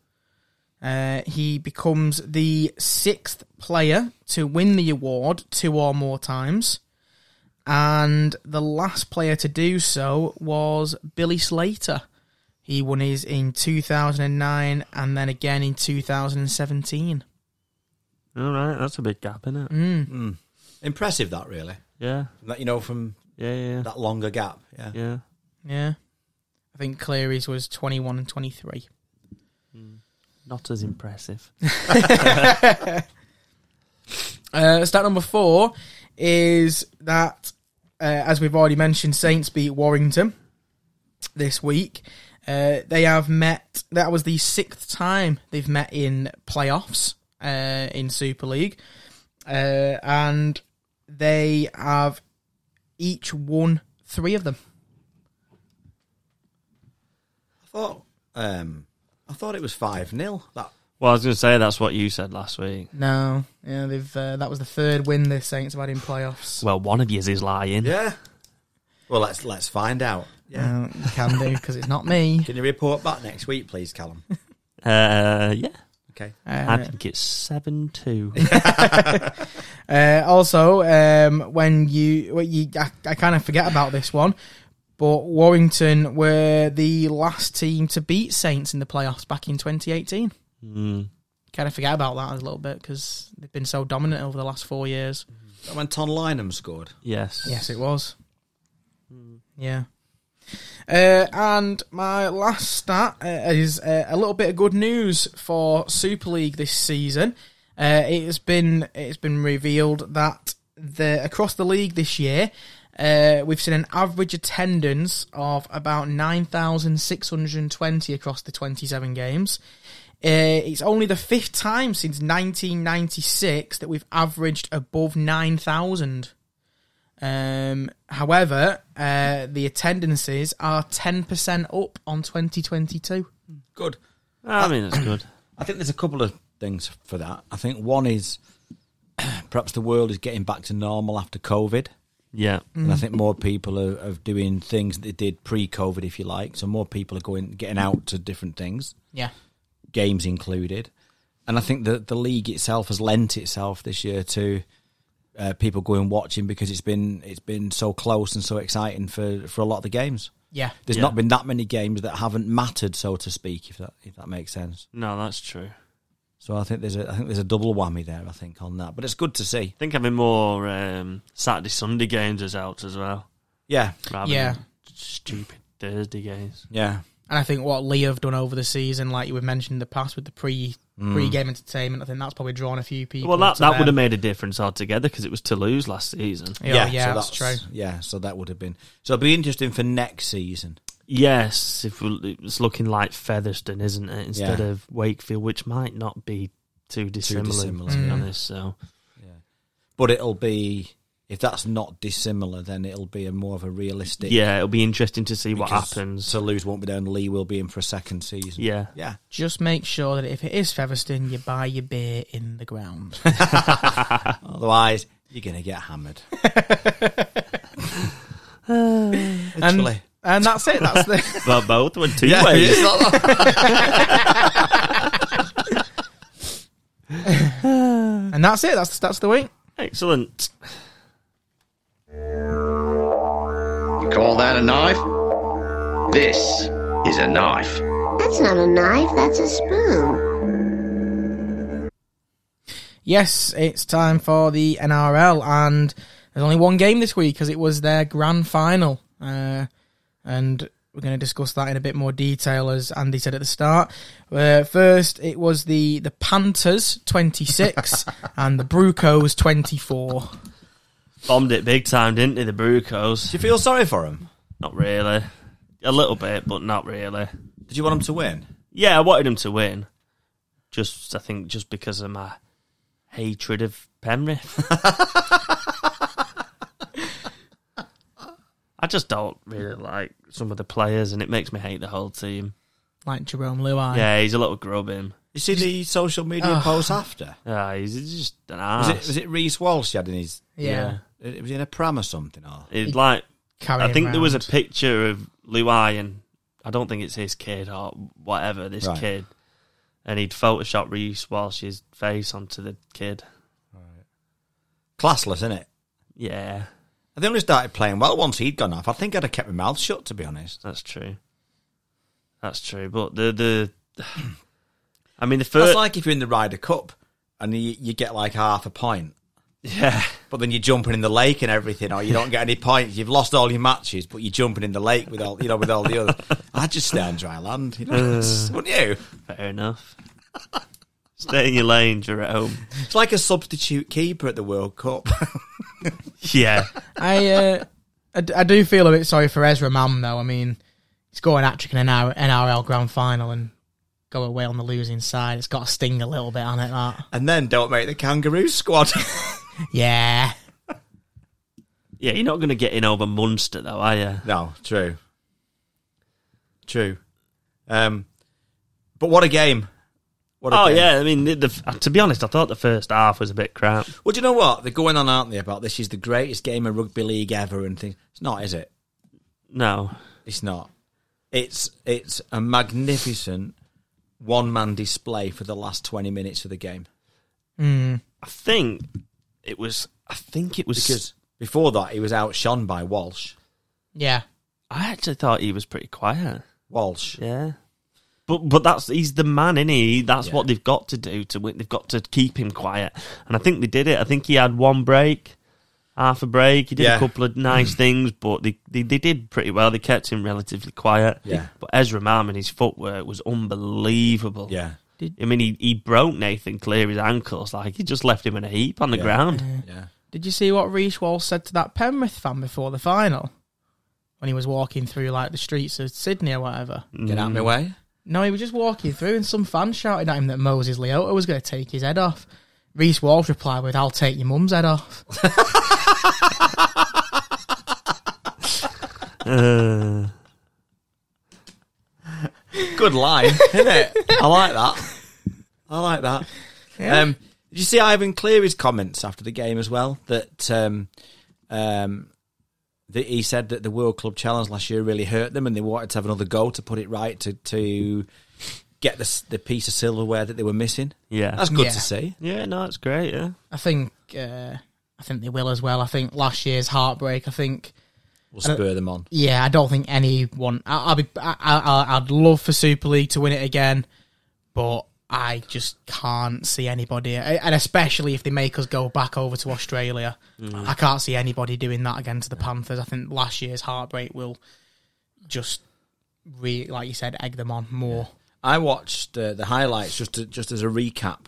Speaker 3: Uh, he becomes the sixth player to win the award two or more times. And the last player to do so was Billy Slater. He won his in 2009 and then again in 2017.
Speaker 1: All right, that's a big gap, isn't it?
Speaker 2: impressive that really.
Speaker 1: Yeah,
Speaker 2: That you know from
Speaker 1: yeah, yeah,
Speaker 2: that longer gap. Yeah,
Speaker 1: yeah.
Speaker 3: Yeah. I think Cleary's was 21 and 23.
Speaker 1: Not as impressive.
Speaker 3: Uh, stat number four is that, uh, as we've already mentioned, Saints beat Warrington this week. Uh, they have met, that was the sixth time they've met in playoffs uh, in Super League. Uh, and they have each won three of them.
Speaker 2: I thought um, I thought it was five 0 That
Speaker 1: Well, I was going to say that's what you said last week.
Speaker 3: No, yeah, they've uh, that was the third win the Saints have had in playoffs.
Speaker 1: Well, one of you is lying.
Speaker 2: yeah. Well, let's let's find out. Yeah.
Speaker 3: Uh, you can do because it's not me.
Speaker 2: Can you report back next week, please, Callum?
Speaker 1: Uh, yeah.
Speaker 2: Okay.
Speaker 1: I
Speaker 3: Uh,
Speaker 1: think it's 7 2.
Speaker 3: Uh, also, um, when you, well, you I, I kind of forget about this one, but Warrington were the last team to beat Saints in the playoffs back in 2018. Kind of forget about that a little bit because they've been so dominant over the last four years.
Speaker 2: When Ton Lynham scored.
Speaker 1: Yes.
Speaker 3: Yes, it was. Yeah. Uh, and my last stat uh, is uh, a little bit of good news for Super League this season. Uh, it has been it's been revealed that the across the league this year, uh, we've seen an average attendance of about nine thousand six hundred and twenty across the twenty seven games. Uh, it's only the fifth time since 1996 that we've averaged above 9,000. Um, however, uh, the attendances are 10% up on 2022.
Speaker 2: Good.
Speaker 1: I mean, it's good.
Speaker 2: I think there's a couple of things for that. I think one is perhaps the world is getting back to normal after COVID.
Speaker 1: Yeah.
Speaker 2: and I think more people are, are doing things that they did pre-COVID, if you like. So more people are going getting out to different things,
Speaker 3: Yeah.
Speaker 2: games included, and I think that the league itself has lent itself this year to uh, people going watching because it's been it's been so close and so exciting for for a lot of the games.
Speaker 3: Yeah.
Speaker 2: There's
Speaker 1: Yeah.
Speaker 2: not been that many games that haven't mattered, so to speak, if that if that makes sense.
Speaker 1: No, that's true.
Speaker 2: So I think there's a I think there's a double whammy there. I think on that, but it's good to see.
Speaker 1: I think having more um, Saturday Sunday games has helped as well,
Speaker 2: Yeah,
Speaker 1: rather
Speaker 3: Yeah.
Speaker 1: than stupid Thursday games.
Speaker 2: yeah,
Speaker 3: And I think what Lee have done over the season, like you were mentioned in the past with the pre pre game entertainment, I think that's probably drawn a few people.
Speaker 1: Well, that
Speaker 3: to
Speaker 1: that would have
Speaker 3: them.
Speaker 1: made a difference altogether because it was Toulouse last season.
Speaker 3: Yeah, Oh, yeah,
Speaker 2: so
Speaker 3: that's, true.
Speaker 2: Yeah, so that would have been so. It'd be interesting for next season.
Speaker 1: Yes, if we it's looking like Featherstone, isn't it, instead
Speaker 2: Yeah.
Speaker 1: of Wakefield, which might not be too dissimilar,
Speaker 2: dissimilar,
Speaker 1: to be
Speaker 3: yeah.
Speaker 1: honest. So
Speaker 2: But it'll be if that's not dissimilar, then it'll be a more of a realistic.
Speaker 1: yeah, it'll be interesting to see what
Speaker 2: because
Speaker 1: happens.
Speaker 2: Toulouse won't be there, and Lee will be in for a second season.
Speaker 1: yeah,
Speaker 2: yeah.
Speaker 3: Just make sure that if it is Featherstone, you buy your beer in the ground.
Speaker 2: Otherwise, you're gonna get hammered. Literally.
Speaker 3: and that's it. That's the
Speaker 1: but both went two
Speaker 2: Yeah,
Speaker 1: ways.
Speaker 2: it's not that-
Speaker 3: and that's it. That's that's the week.
Speaker 1: Excellent.
Speaker 6: Call that a knife? This is a knife.
Speaker 7: That's not a knife, that's a spoon.
Speaker 3: Yes, it's time for the NRL, and there's only one game this week because it was their grand final. Uh, and we're going to discuss that in a bit more detail, as Andy said at the start. Uh, first, it was the, the Panthers 26 and the Broncos 24.
Speaker 1: Bombed it big time, didn't they? The Broncos.
Speaker 2: Do you feel sorry for him?
Speaker 1: Not really. A little bit, but not really.
Speaker 2: Did you want him to win?
Speaker 1: Yeah, I wanted him to win. Just, I think, just because of my hatred of Penrith. I just don't really like some of the players, and it makes me hate the whole team.
Speaker 3: Like Jerome Luai.
Speaker 1: Yeah, he's a little grubbing.
Speaker 2: You see the social media
Speaker 1: Ah.
Speaker 2: posts after.
Speaker 1: Yeah, he's he's just an
Speaker 2: Was
Speaker 1: ass.
Speaker 2: it was it Reese Walsh he had in his?
Speaker 3: Yeah.
Speaker 1: Yeah.
Speaker 2: It was in a pram or something. Or
Speaker 1: It's like
Speaker 3: Carrying
Speaker 1: I think there was a
Speaker 3: round.
Speaker 1: picture of Luai and I don't think it's his kid or whatever, this
Speaker 2: Right.
Speaker 1: kid. And he'd Photoshop Reese Walsh's face onto the kid.
Speaker 2: classless, isn't it?
Speaker 1: Yeah,
Speaker 2: I think we started playing well once he'd gone off. I think I'd have kept my mouth shut, to be honest.
Speaker 1: that's true. That's true. But the the I mean the
Speaker 2: That's
Speaker 1: first
Speaker 2: like if you're in the Ryder Cup and you, you get like half a point,
Speaker 1: yeah.
Speaker 2: but then you're jumping in the lake and everything, or you don't get any points. You've lost all your matches, but you're jumping in the lake with all you know with all the others. I'd just stay on dry land, you know, wouldn't you?
Speaker 1: Fair enough. Stay in your lane, Jerome.
Speaker 2: It's like a substitute keeper at the World Cup.
Speaker 1: Yeah.
Speaker 3: I, uh, I, d- I do feel a bit sorry for Ezra Mam, though. I mean, he's going hat trick in an NR- NRL grand final and go away on the losing side. It's got to sting a little bit on it, that.
Speaker 2: and then don't make the kangaroo squad.
Speaker 3: Yeah.
Speaker 1: Yeah, you're not gonna get in over Munster though, are you?
Speaker 2: No, true. True. Um, but what a game. What a
Speaker 1: Oh
Speaker 2: game.
Speaker 1: yeah, I mean the, the, to be honest, I thought the first half was a bit crap.
Speaker 2: Well, do you know what? They're going on, aren't they, about this is the greatest game of rugby league ever and things. It's not, is it?
Speaker 1: No.
Speaker 2: It's not. It's it's a magnificent one man display for the last twenty minutes of the game.
Speaker 1: I think it was. I think it was.
Speaker 2: Because before that he was outshone by Walsh.
Speaker 3: Yeah.
Speaker 1: I actually thought he was pretty quiet.
Speaker 2: Walsh.
Speaker 1: Yeah, but but that's he's the man, is he? That's
Speaker 2: Yeah.
Speaker 1: what they've got to do to win. They've got to keep him quiet, and I think they did it. I think he had one break, half a break. He did
Speaker 2: Yeah.
Speaker 1: a couple of nice things, but they, they they did pretty well. They kept him relatively quiet.
Speaker 2: Yeah.
Speaker 1: But Ezra Marman, his footwork was unbelievable.
Speaker 2: Yeah.
Speaker 1: I mean, he, he broke Nathan Cleary's ankles. Like, he just left him in a heap on the
Speaker 2: Yeah.
Speaker 1: ground.
Speaker 2: Yeah.
Speaker 3: Did you see what Reece Walsh said to that Penrith fan before the final? When he was walking through like the streets of Sydney or whatever.
Speaker 1: Mm.
Speaker 2: Get out of my way.
Speaker 3: No, he was just walking through and some fan shouted at him that Moses Leota was going to take his head off. Reece Walsh replied with, I'll take your mum's head off.
Speaker 1: Uh,
Speaker 2: Good line, isn't it? I like that. I like that. Um, did you see Ivan Cleary's comments after the game as well? That um, um, that he said that the World Club Challenge last year really hurt them, and they wanted to have another go to put it right to to get the s- the piece of silverware that they were missing.
Speaker 1: Yeah.
Speaker 2: That's good
Speaker 3: Yeah.
Speaker 2: to see.
Speaker 1: yeah, no, it's great. Yeah,
Speaker 3: I think uh, I think they will as well. I think last year's heartbreak. I think
Speaker 2: We'll spur them on.
Speaker 3: yeah. I don't think anyone. I, I'll be. I, I, I'd love for Super League to win it again, but I just can't see anybody, and especially if they make us go back over to Australia. I can't see anybody doing that again to the Panthers. I think last year's heartbreak will just re like you said, egg them on more.
Speaker 2: I watched uh, the highlights just to, just as a recap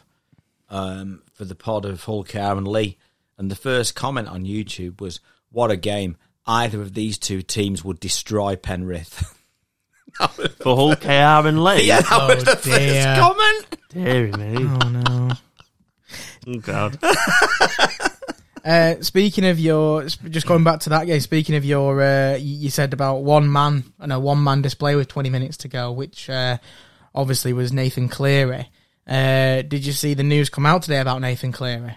Speaker 2: um, for the pod of Hulk and Lee, and the first comment on YouTube was, "What a game! Either of these two teams would destroy Penrith."
Speaker 1: for Hull, KR, and Lee.
Speaker 2: yeah,
Speaker 3: Oh,
Speaker 2: that was the
Speaker 3: dear.
Speaker 2: first comment.
Speaker 1: Deary me.
Speaker 3: Oh no.
Speaker 1: Oh, God.
Speaker 3: Uh, speaking of your, sp- just going back to that game. Speaking of your, uh, y- you said about one man and a one man display with twenty minutes to go, which uh, obviously was Nathan Cleary. Uh, did you see the news come out today about Nathan Cleary?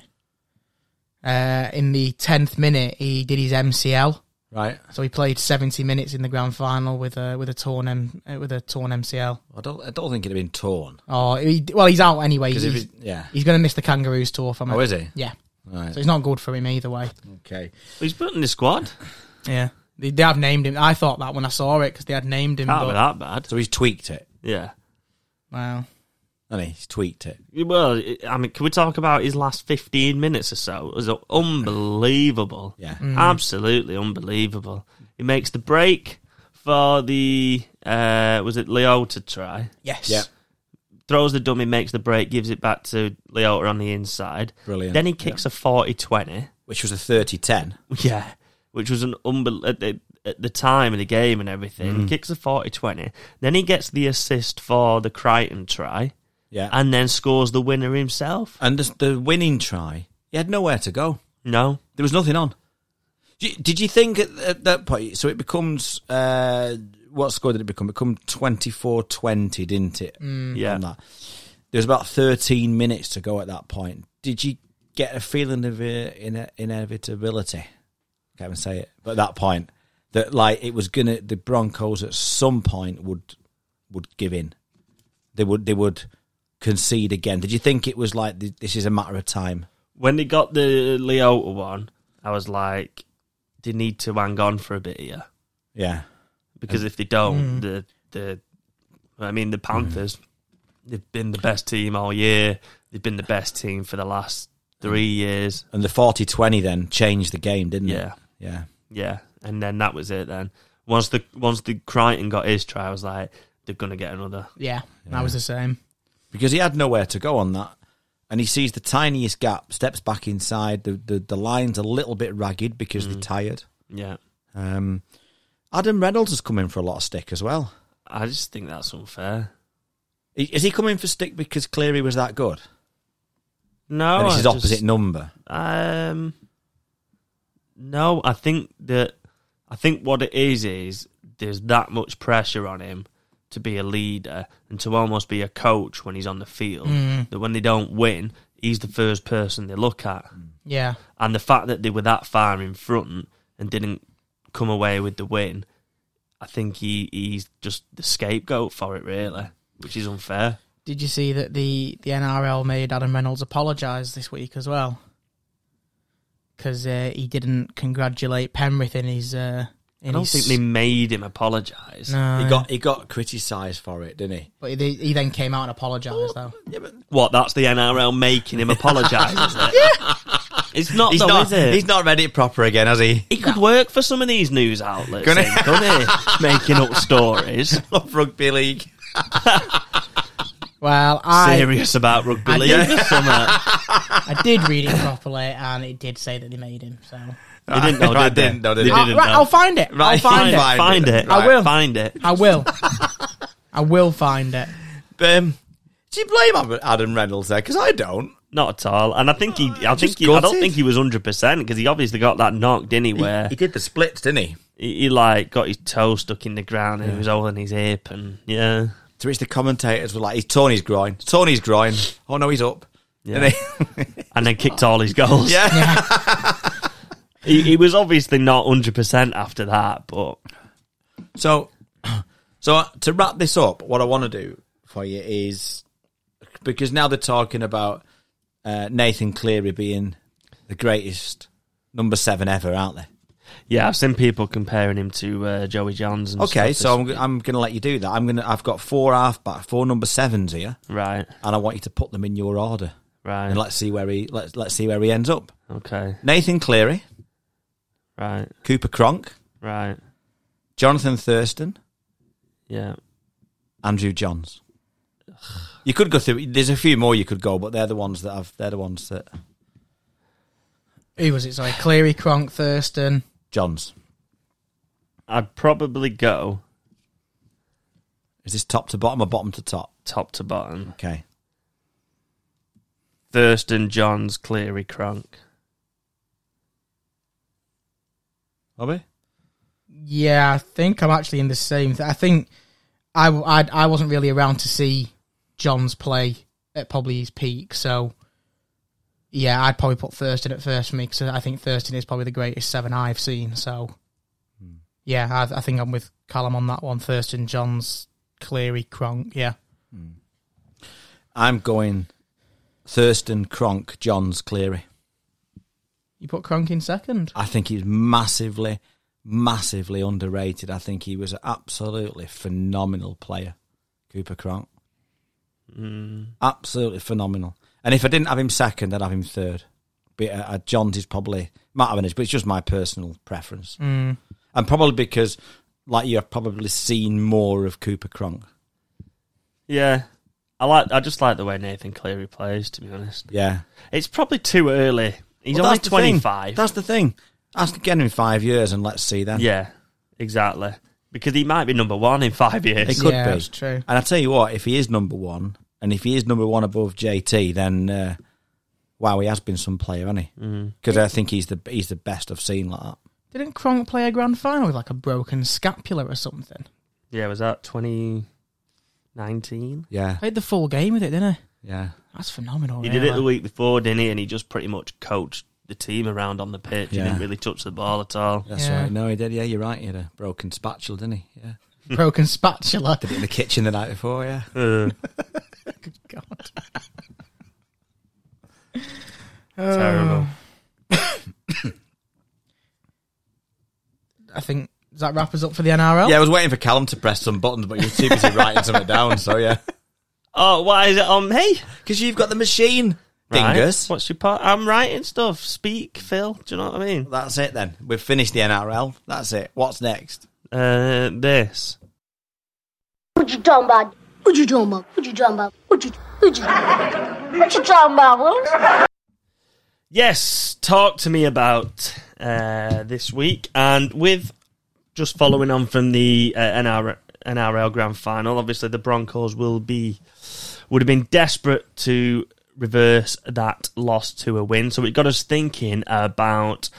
Speaker 3: Uh, in the tenth minute, he did his MCL,
Speaker 2: Right,
Speaker 3: so he played seventy minutes in the grand final with a with a torn M, uh, with a torn MCL.
Speaker 2: I don't. I don't think it'd have been torn
Speaker 3: Oh, he, well, he's out anyway.
Speaker 2: because if
Speaker 3: He's,
Speaker 2: it, yeah.
Speaker 3: he's going to miss the Kangaroos tour from
Speaker 2: Oh,
Speaker 3: it.
Speaker 2: is he?
Speaker 3: Yeah,
Speaker 2: Right.
Speaker 3: so it's not good for him either way.
Speaker 2: Okay.
Speaker 1: He's put in the squad.
Speaker 3: Yeah. They, they have named him. I thought that when I saw it because they had named him.
Speaker 1: Can't
Speaker 3: but-
Speaker 1: be that bad.
Speaker 2: So he's tweaked it.
Speaker 1: Yeah.
Speaker 3: Wow.
Speaker 2: And he's tweaked it.
Speaker 1: Well, I mean, can we talk about his last 15 minutes or so? It was unbelievable.
Speaker 2: Yeah.
Speaker 3: Mm.
Speaker 1: Absolutely unbelievable. He makes the break for the, uh, was it Leota try?
Speaker 3: Yes.
Speaker 2: Yeah.
Speaker 1: Throws the dummy, makes the break, gives it back to Leota on the inside.
Speaker 2: Brilliant.
Speaker 1: Then he kicks a 40 20.
Speaker 2: Which was a 30-10.
Speaker 1: Yeah. Which was an unbel- at, the, at the time of the game and everything. Kicks a 40 20. Then he gets the assist for the Crichton try
Speaker 2: Yeah. And,
Speaker 1: and then scores the winner himself.
Speaker 2: the, the winning try, he had nowhere to go.
Speaker 1: No.
Speaker 2: There was nothing on. Did you, did you think at, at that point, so it becomes, uh, what score did it become? It become 24-20, didn't it?
Speaker 1: Mm. Yeah.
Speaker 2: On that. There was about 13 minutes to go at that point. Did you get a feeling of uh, ine- inevitability? Can't even say it. But at that point, that like it was gonna, the Broncos at some point would would give in. They would they would concede again. Did you think it was like th- this is a matter of time?
Speaker 1: when they got the Leota one, I was like, they need to hang on for a bit here
Speaker 2: Yeah,
Speaker 1: because if they don't, the the I mean the Panthers, they've been the best team all year. They've been the best team for the last three years.
Speaker 2: and the 40-20 then changed the game, didn't it?
Speaker 1: Yeah.
Speaker 2: Yeah,
Speaker 1: Yeah, and then that was it. Then once the once the Crichton got his try, I was like, they're gonna get another.
Speaker 3: Yeah. That was the same.
Speaker 2: because he had nowhere to go on that. And he sees the tiniest gap, steps back inside. The the, the line's a little bit ragged because they're tired.
Speaker 1: Yeah,
Speaker 2: Um, Adam Reynolds has come in for a lot of stick as well.
Speaker 1: I just think that's unfair.
Speaker 2: I- Is he coming for stick because Cleary was that good?
Speaker 1: No,
Speaker 2: and it's
Speaker 1: I
Speaker 2: his
Speaker 1: just-
Speaker 2: opposite number.
Speaker 1: Um, no, I think that I think what it is is there's that much pressure on him to be a leader and to almost be a coach when he's on the field
Speaker 2: Mm.
Speaker 1: that when they don't win, he's the first person they look at.
Speaker 3: Yeah.
Speaker 1: And the fact that they were that far in front and didn't come away with the win, I think he, he's just the scapegoat for it really, which is unfair.
Speaker 3: Did you see that the, the NRL made Adam Reynolds apologise this week as well? Because uh, he didn't congratulate Penrith in his. Uh, in
Speaker 1: I don't
Speaker 3: his,
Speaker 1: think they made him apologise.
Speaker 3: No.
Speaker 2: He got he got criticised for it, didn't he?
Speaker 3: But he, he then came out and apologised, though.
Speaker 1: What? That's the NRL making him apologise. is it? It's not
Speaker 2: He's
Speaker 1: though,
Speaker 2: not
Speaker 1: is it?
Speaker 2: he's not read it proper again, has he?
Speaker 1: he could work for some of these news outlets,
Speaker 2: Gonna-
Speaker 1: then, couldn't he? Making up stories.
Speaker 2: Love rugby league.
Speaker 3: Well, I,
Speaker 1: Serious about rugby
Speaker 3: I
Speaker 1: league or something.
Speaker 3: I did read it properly, and it did say that they made him. So
Speaker 1: They didn't know, did
Speaker 2: I
Speaker 1: they?
Speaker 2: didn't know,
Speaker 1: They
Speaker 2: did I?
Speaker 1: didn't
Speaker 3: I'll, right,
Speaker 1: know.
Speaker 3: I'll find it. I'll
Speaker 2: Right,
Speaker 3: find it.
Speaker 2: fine.
Speaker 1: Find it.
Speaker 2: I
Speaker 3: will.
Speaker 1: Find it.
Speaker 3: I will. I will find it.
Speaker 2: Um, do you blame Adam Reynolds there? Because I don't.
Speaker 1: Not at all. And I think he. I think
Speaker 2: Just
Speaker 1: he, I don't
Speaker 2: gutted.
Speaker 1: think he was hundred percent because he obviously got that knocked
Speaker 2: He,
Speaker 1: anywhere.
Speaker 2: he
Speaker 1: He,
Speaker 2: did the splits, didn't he?
Speaker 1: he, like got his toe stuck in the ground and he was holding his hip and yeah.
Speaker 2: To which the commentators were like, "He's torn his groin. Torn his groin. Oh no, he's up."
Speaker 1: Yeah.
Speaker 2: And he-
Speaker 1: And then kicked all his goals.
Speaker 2: yeah.
Speaker 1: he, he was obviously not 100% after that, but
Speaker 2: So, so to wrap this up, what I want to do for you is because now they're talking about uh, Nathan Cleary being the greatest number seven ever, aren't they?
Speaker 1: yeah, I've seen people comparing him to uh, Joey Johns. And
Speaker 2: Okay, so
Speaker 1: stuff.
Speaker 2: I'm, I'm going to let you do that. I'm going to. I've got four halfback, four number sevens here,
Speaker 1: right,
Speaker 2: and I want you to put them in your order,
Speaker 1: right,
Speaker 2: and let's see where he let's let's see where he ends up.
Speaker 1: okay,
Speaker 2: Nathan Cleary,
Speaker 1: right,
Speaker 2: Cooper Cronk,
Speaker 1: right,
Speaker 2: Jonathan Thurston,
Speaker 1: yeah,
Speaker 2: Andrew Johns. You could go through. There's a few more you could go, but they're the ones that I've. They're the ones that
Speaker 3: Who was it? Sorry, Cleary, Cronk, Thurston.
Speaker 2: Johns.
Speaker 1: I'd probably go
Speaker 2: Is this top to bottom or bottom to top?
Speaker 1: top to bottom.
Speaker 2: Okay.
Speaker 1: Thurston, Johns, Cleary, Cronk.
Speaker 2: Are we?
Speaker 3: Yeah, I think I'm actually in the same. Th- I think I, w- I I wasn't really around to see John's play at probably his peak, so yeah, I'd probably put Thurston at first for me because I think Thurston is probably the greatest seven I've seen. So
Speaker 1: Hmm.
Speaker 3: yeah, I, I think I'm with Callum on that one. Thurston, John's, Cleary, Cronk. Yeah,
Speaker 2: I'm going Thurston, Cronk, Johns, Cleary.
Speaker 3: you put Cronk in second.
Speaker 2: I think he's massively, massively underrated. I think he was an absolutely phenomenal player, Cooper Cronk.
Speaker 1: Hmm.
Speaker 2: Absolutely phenomenal. And if I didn't have him second, I'd have him third. But uh, uh, Johns is probably might have an edge, but it's just my personal preference, and probably because, like you have probably seen more of Cooper Cronk.
Speaker 1: Yeah, I like. I just like the way Nathan Cleary plays. To be honest,
Speaker 2: Yeah,
Speaker 1: it's probably too early. He's
Speaker 2: Well,
Speaker 1: only
Speaker 2: that's the thing.
Speaker 1: twenty five.
Speaker 2: That's the thing. Ask again in five years and let's see then.
Speaker 1: Yeah, exactly. Because he might be number one in five
Speaker 2: It
Speaker 1: years.
Speaker 2: could
Speaker 3: Yeah,
Speaker 2: be.
Speaker 3: it's true.
Speaker 2: And I tell you what, if he is number one, and if he is number one above JT, then uh, wow, he has been some player, hasn't he? Because I think he's the he's the best I've seen like that.
Speaker 3: Didn't Cronk play a grand final with like a broken scapula or something?
Speaker 1: Yeah, was that twenty nineteen?
Speaker 2: Yeah,
Speaker 3: Played the full game with it, didn't he?
Speaker 2: yeah.
Speaker 3: That's phenomenal.
Speaker 2: Oh,
Speaker 1: He did it
Speaker 3: really.
Speaker 1: the week before, didn't he? And he just pretty much coached the team around on the pitch.
Speaker 2: Yeah.
Speaker 1: He didn't really touch the ball at all.
Speaker 2: That's
Speaker 3: Yeah.
Speaker 2: right. No, he did. Yeah, you're right. He had a broken spatula, didn't he? Yeah.
Speaker 3: broken spatula.
Speaker 2: In the kitchen the night before, yeah.
Speaker 1: Uh,
Speaker 3: God.
Speaker 1: terrible.
Speaker 3: I think does that wrap us up for the NRL?
Speaker 2: Yeah, I was waiting for Callum to press some buttons, but you were too busy writing something down, so yeah.
Speaker 1: Oh, why is it on me?
Speaker 2: Because you've got the machine,
Speaker 1: Right.
Speaker 2: dingus.
Speaker 1: What's your part? I'm writing stuff. Speak, Phil. Do you know what I mean?
Speaker 2: That's it then. We've finished the NRL. That's it. What's next?
Speaker 1: Uh, this.
Speaker 8: What you talking about? What you talking about? What you talking about? What you what you what you talking about? Huh?
Speaker 1: Yes, talk to me about uh, this week. And with just following on from the uh, NR, NRL Grand Final, obviously the Broncos will be would have been desperate to reverse that loss to a win. So it got us thinking about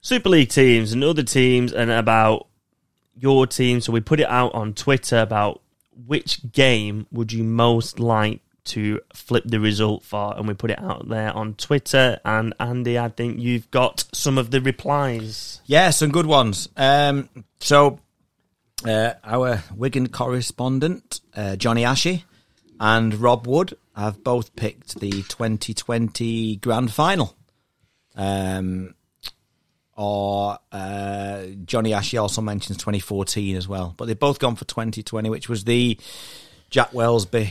Speaker 1: Super League teams and other teams and about your team. So we put it out on Twitter about which game would you most like to flip the result for, and we put it out there on Twitter. And Andy, I think you've got some of the replies.
Speaker 2: Yeah, some good ones. Um, so, uh, our Wigan correspondent, uh, Johnny Ashy, and Rob Wood have both picked the 2020 grand final. Um, or uh, Johnny Ashy also mentions 2014 as well. But they've both gone for 2020, which was the Jack Wellsby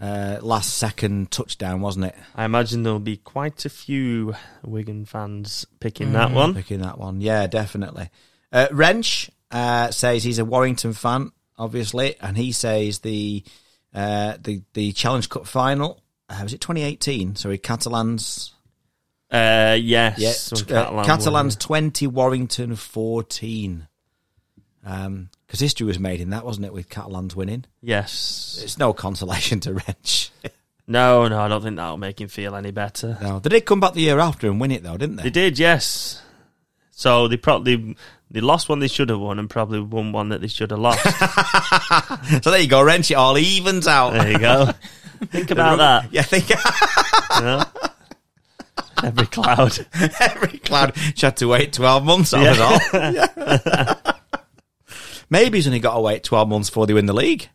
Speaker 2: uh, last second touchdown, wasn't it?
Speaker 1: I imagine there'll be quite a few Wigan fans picking that one.
Speaker 2: Picking that one. Yeah, definitely. Uh, Wrench uh, says he's a Warrington fan, obviously, and he says the uh, the the Challenge Cup final uh, was it 2018? Sorry, Catalans.
Speaker 1: Uh, yes,
Speaker 2: Yeah,
Speaker 1: some
Speaker 2: t- uh,
Speaker 1: Catalan
Speaker 2: Catalans
Speaker 1: word.
Speaker 2: 20, Warrington 14. Because history was made in that, wasn't it, with Catalans winning?
Speaker 1: Yes.
Speaker 2: It's no consolation to Wrench.
Speaker 1: No, no, I don't think that'll make him feel any better.
Speaker 2: no, they did come back the year after and win it, though, didn't they?
Speaker 1: They did, yes. So they probably they lost one they should have won, and probably won one that they should have lost.
Speaker 2: So there you go, Wrench, it all evens out.
Speaker 1: There you go. Think about that.
Speaker 2: Yeah, I think.
Speaker 1: you know? Every cloud.
Speaker 2: Every cloud. She had to wait 12 months, that was all. Maybe he's only got to wait 12 months before they win the league.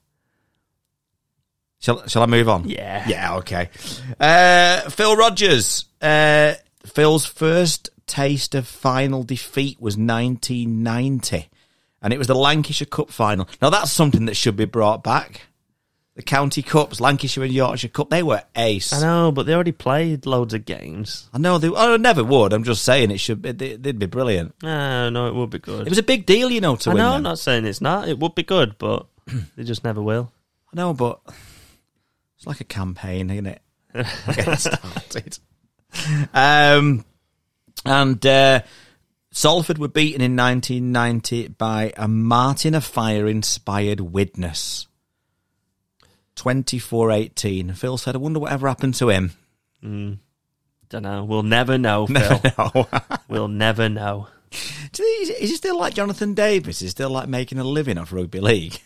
Speaker 2: Shall, shall I move on?
Speaker 1: Yeah.
Speaker 2: Yeah, okay. Uh, Phil Rogers. Uh, Phil's first taste of final defeat was 1990, and it was the Lancashire Cup final. Now, that's something that should be brought back. The County Cups, Lancashire and Yorkshire Cup, they were ace.
Speaker 1: I know, but they already played loads of games.
Speaker 2: I know they. Oh, I never would. I'm just saying it should. Be, they, they'd be brilliant.
Speaker 1: No, no, it would be good.
Speaker 2: It was a big deal, you know, to
Speaker 1: I
Speaker 2: win.
Speaker 1: know, I'm
Speaker 2: them.
Speaker 1: not saying it's not. It would be good, but they just never will.
Speaker 2: I know, but it's like a campaign, isn't it? Get it started. Um, and uh, Salford were beaten in 1990 by a Martin of Fire inspired witness. 24-18. Phil said, "I wonder whatever happened to him."
Speaker 1: Don't know. We'll never know, Phil. we'll never know.
Speaker 2: Do you think- Is he still like Jonathan Davis? Is he still like making a living off rugby league?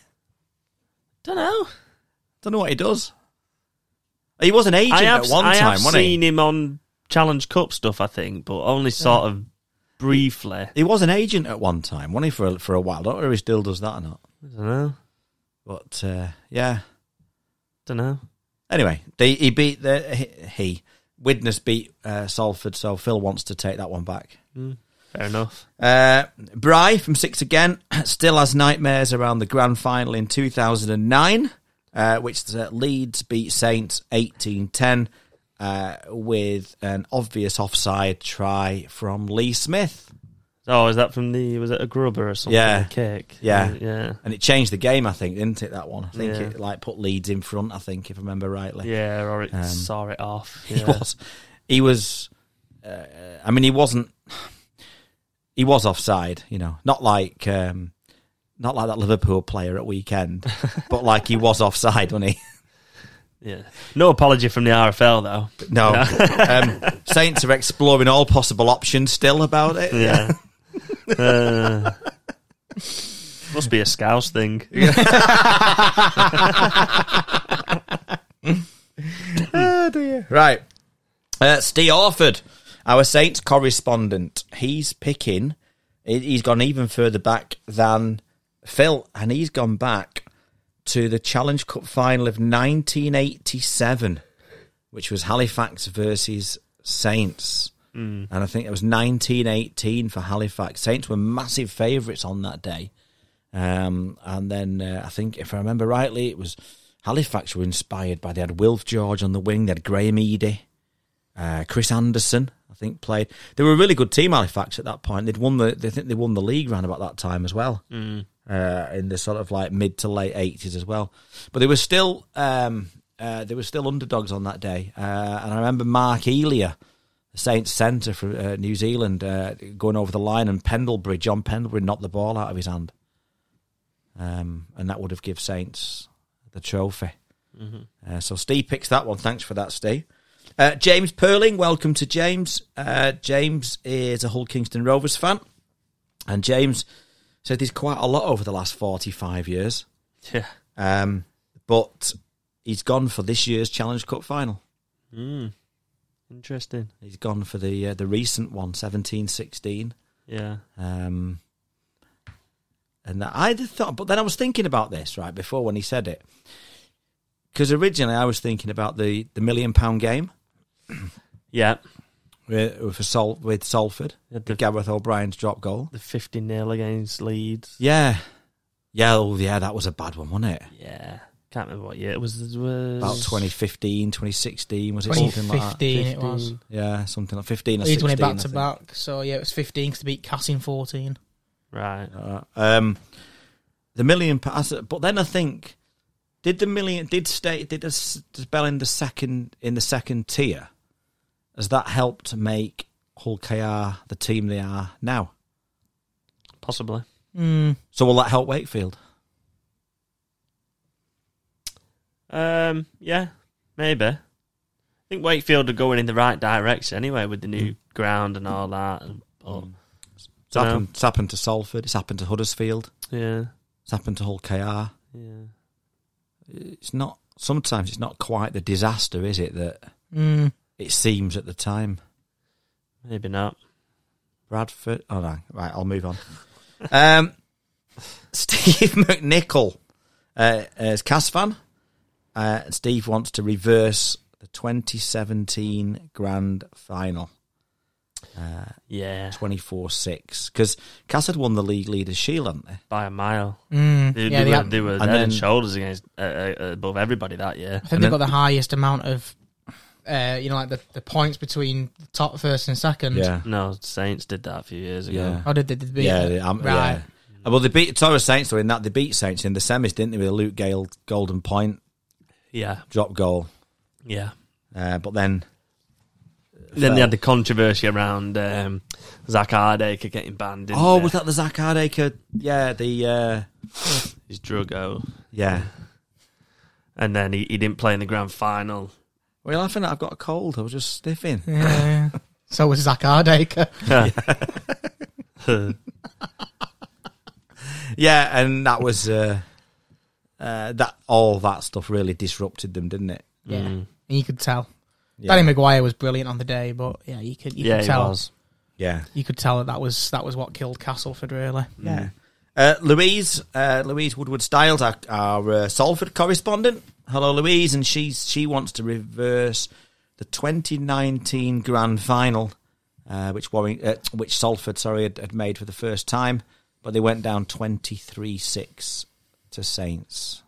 Speaker 1: Don't know.
Speaker 2: Don't know what he does. He was an agent
Speaker 1: I have,
Speaker 2: at one
Speaker 1: I
Speaker 2: time,
Speaker 1: have
Speaker 2: wasn't he?
Speaker 1: seen him on Challenge Cup stuff, I think, but only sort of briefly.
Speaker 2: He was an agent at one time, wasn't he, for a, for a while? I don't know if he still does that or not.
Speaker 1: I don't know.
Speaker 2: But uh, yeah.
Speaker 1: Don't know.
Speaker 2: Anyway, they, he beat the he, he witness beat uh, Salford, so Phil wants to take that one back.
Speaker 1: Fair enough.
Speaker 2: Uh, Bry from Six Again still has nightmares around the grand final in 2009, uh, which uh, Leeds beat Saints 18 10 uh, with an obvious offside try from Lee Smith.
Speaker 1: Oh, is that from the? Was it a grubber or something?
Speaker 2: Yeah.
Speaker 1: A cake.
Speaker 2: Yeah.
Speaker 1: yeah,
Speaker 2: And it changed the game, I think, didn't it? That one, I think
Speaker 1: Yeah.
Speaker 2: it like put Leeds in front. I think, if I remember rightly,
Speaker 1: yeah. Or it saw it off. Yeah.
Speaker 2: Um, he was, he was. Uh, I mean, he wasn't. He was offside, you know, not like, um, not like that Liverpool player at weekend, but like he was offside, wasn't he?
Speaker 1: Yeah. No apology from the RFL though.
Speaker 2: No, um, Saints are exploring all possible options still about it.
Speaker 1: Yeah. Uh, must be a scouse thing.
Speaker 2: Right. Uh, Steve Orford, our Saints correspondent, he's picking, he- he's gone even further back than Phil, and he's gone back to the Challenge Cup final of 1987, which was Halifax versus Saints. And I think it was 1918 for Halifax. Saints were massive favourites on that day. Um, and then uh, I think, if I remember rightly, it was Halifax were inspired by. They had Wilf George on the wing. They had Graham Eady, uh, Chris Anderson. I think played. They were a really good team, Halifax at that point. They'd won the. They think they won the league round about that time as well. Uh, in the sort of like mid to late eighties as well. But they were still. Um, uh, they were still underdogs on that day, uh, and I remember Mark Elia. Saints centre for uh, New Zealand uh, going over the line, and Pendlebury, John Pendlebury, knocked the ball out of his hand um, and that would have give Saints the trophy. Uh, so Steve picks that one. Thanks for that, Steve. Uh, James Perling, welcome to James. Uh, James is a Hull Kingston Rovers fan, and James said there's quite a lot over the last 45 years,
Speaker 1: Yeah.
Speaker 2: um, but he's gone for this year's Challenge Cup final.
Speaker 1: Interesting.
Speaker 2: He's gone for the uh, the recent one, 17-16.
Speaker 1: Yeah.
Speaker 2: Um, and that I thought, but then I was thinking about this right before when he said it, because originally I was thinking about the the million pound game
Speaker 1: Yeah.
Speaker 2: with, with, Sol, with Salford,
Speaker 1: Yeah, the-
Speaker 2: Gareth O'Brien's drop goal.
Speaker 1: The 50 nil against Leeds.
Speaker 2: Yeah, yeah, oh, yeah, that was a bad one, wasn't it?
Speaker 1: Yeah. Can't remember what year it was. It was
Speaker 2: About 2015, 2016, was it something like that?
Speaker 3: 2015 it was.
Speaker 2: Yeah, something like 15 or
Speaker 3: Leeds
Speaker 2: 16.
Speaker 3: won it
Speaker 2: I
Speaker 3: back to
Speaker 2: think.
Speaker 3: back. So yeah, it was 15 because they beat Cass in 14.
Speaker 1: Right.
Speaker 2: Um, the million pass, but then I think did the million did stay did the spell in the second in the second tier? Has that helped make Hull KR the team they are now?
Speaker 1: Possibly.
Speaker 3: Hmm.
Speaker 2: So will that help Wakefield?
Speaker 1: Um, yeah, maybe. I think Wakefield are going in the right direction anyway with the
Speaker 2: Hmm.
Speaker 1: new ground and all that. and- But,
Speaker 2: It's happened, it's happened to Salford. It's happened to Huddersfield.
Speaker 1: yeah,
Speaker 2: It's happened to Hull KR.
Speaker 1: yeah.
Speaker 2: It's not. Sometimes it's not quite the disaster, is it? That
Speaker 3: Mm.
Speaker 2: it seems at the time.
Speaker 1: Maybe not.
Speaker 2: Bradford. Oh no, right. I'll move on. um, Steve McNichol uh, is Cas fan. Uh, and Steve wants to reverse the 2017 Grand Final,
Speaker 1: Yeah,
Speaker 2: 24-6, because Cass had won the league leaders' shield, hadn't they?
Speaker 1: by a mile.
Speaker 3: Mm,
Speaker 1: They, they
Speaker 3: yeah, they,
Speaker 1: were,
Speaker 3: had-
Speaker 1: they were
Speaker 2: And
Speaker 1: head
Speaker 2: then-
Speaker 1: and shoulders against uh, uh, above everybody that year.
Speaker 3: I think they got the highest amount of, uh, you know, like the, the points between the top first and second.
Speaker 1: No, Saints did that a few years ago.
Speaker 2: Yeah. Oh,
Speaker 3: How did they, they beat?
Speaker 2: yeah,
Speaker 3: it?
Speaker 2: they- um,
Speaker 3: right.
Speaker 2: yeah. Uh, Well, they beat Torres Saints though in that they beat Saints in the semis, didn't they? With a Luke Gale golden point
Speaker 1: Yeah,
Speaker 2: drop goal,
Speaker 1: yeah.
Speaker 2: uh, but then
Speaker 1: Then they had the controversy around um, Zach Hardacre getting banned. didn't
Speaker 2: oh,
Speaker 1: they?
Speaker 2: was that the Zach Hardacre? Yeah, the uh,
Speaker 1: his drug oh,
Speaker 2: yeah.
Speaker 1: and then he, he didn't play in the grand final.
Speaker 2: Well, I think I've got a cold. I was just sniffing.
Speaker 3: Yeah. so was Zach Hardacre.
Speaker 2: yeah, and that was uh, uh, that. All that stuff really disrupted them, didn't it?
Speaker 3: Yeah, and you could tell.
Speaker 2: Mm. Yeah.
Speaker 3: Danny Maguire was brilliant on the day, but yeah, you could you
Speaker 1: yeah,
Speaker 3: could
Speaker 1: he
Speaker 3: tell
Speaker 1: was.
Speaker 2: Yeah,
Speaker 3: you could tell that that was that was what killed Castleford really.
Speaker 2: yeah. Uh, Louise, uh, Louise Woodward Styles, our, our uh, Salford correspondent. Hello, Louise, and she's she wants to reverse the 2019 Grand Final, uh, which Warring, uh, which Salford, sorry, had, had made for the first time, but they went down 23-6 to Saints.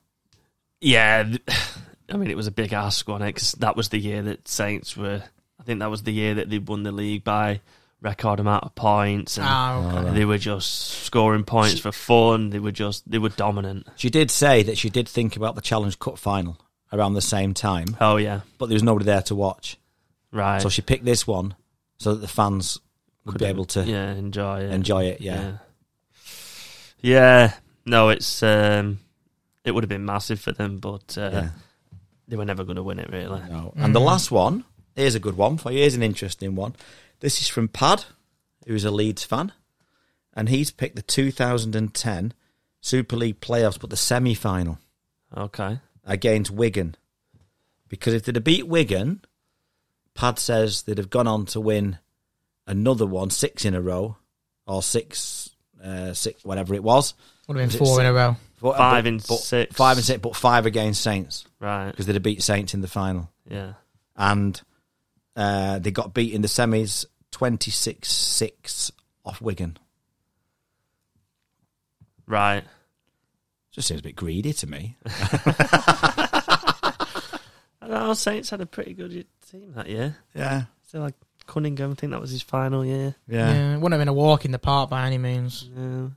Speaker 1: Yeah, th- I mean it was a big ask on it because that was the year that Saints were. I think that was the year that they won the league by record amount of points, and
Speaker 3: Ah, okay.
Speaker 1: they were just scoring points for fun. They were just they were dominant.
Speaker 2: She did say that she did think about the Challenge Cup final around the same time,
Speaker 1: Oh yeah,
Speaker 2: but there was nobody there to watch,
Speaker 1: right.
Speaker 2: so she picked this one so that the fans would be able to
Speaker 1: yeah enjoy it.
Speaker 2: enjoy it. yeah.
Speaker 1: yeah. Yeah. No, it's um, it would have been massive for them, but uh,
Speaker 2: Yeah.
Speaker 1: they were never going to win it really.
Speaker 2: No. And the last one, here's a good one for you. Here's an interesting one. This is from Pad, who's a Leeds fan, and he's picked the 2010 Super League playoffs, but the semi final
Speaker 1: Okay.
Speaker 2: against Wigan. Because if they'd have beat Wigan, Pad says they'd have gone on to win another one, six in a row, or six, uh, six, whatever it was.
Speaker 3: Would have
Speaker 2: Was it
Speaker 3: been four
Speaker 2: six?
Speaker 3: in a row.
Speaker 2: But-
Speaker 1: Five
Speaker 2: but-
Speaker 1: and
Speaker 2: but-
Speaker 1: six.
Speaker 2: Five and six, but five against Saints,
Speaker 1: Right.
Speaker 2: because they'd have beat Saints in the final
Speaker 1: Yeah.
Speaker 2: and uh, they got beat in the semis 26 6 off Wigan.
Speaker 1: Right.
Speaker 2: Just seems a bit greedy to me.
Speaker 1: I don't know. Saints had a pretty good team that year.
Speaker 2: Yeah.
Speaker 1: So like Cunningham, I think that was his final year.
Speaker 3: Yeah.
Speaker 2: Yeah.
Speaker 3: it wouldn't have been a walk in the park by any means.
Speaker 1: Yeah.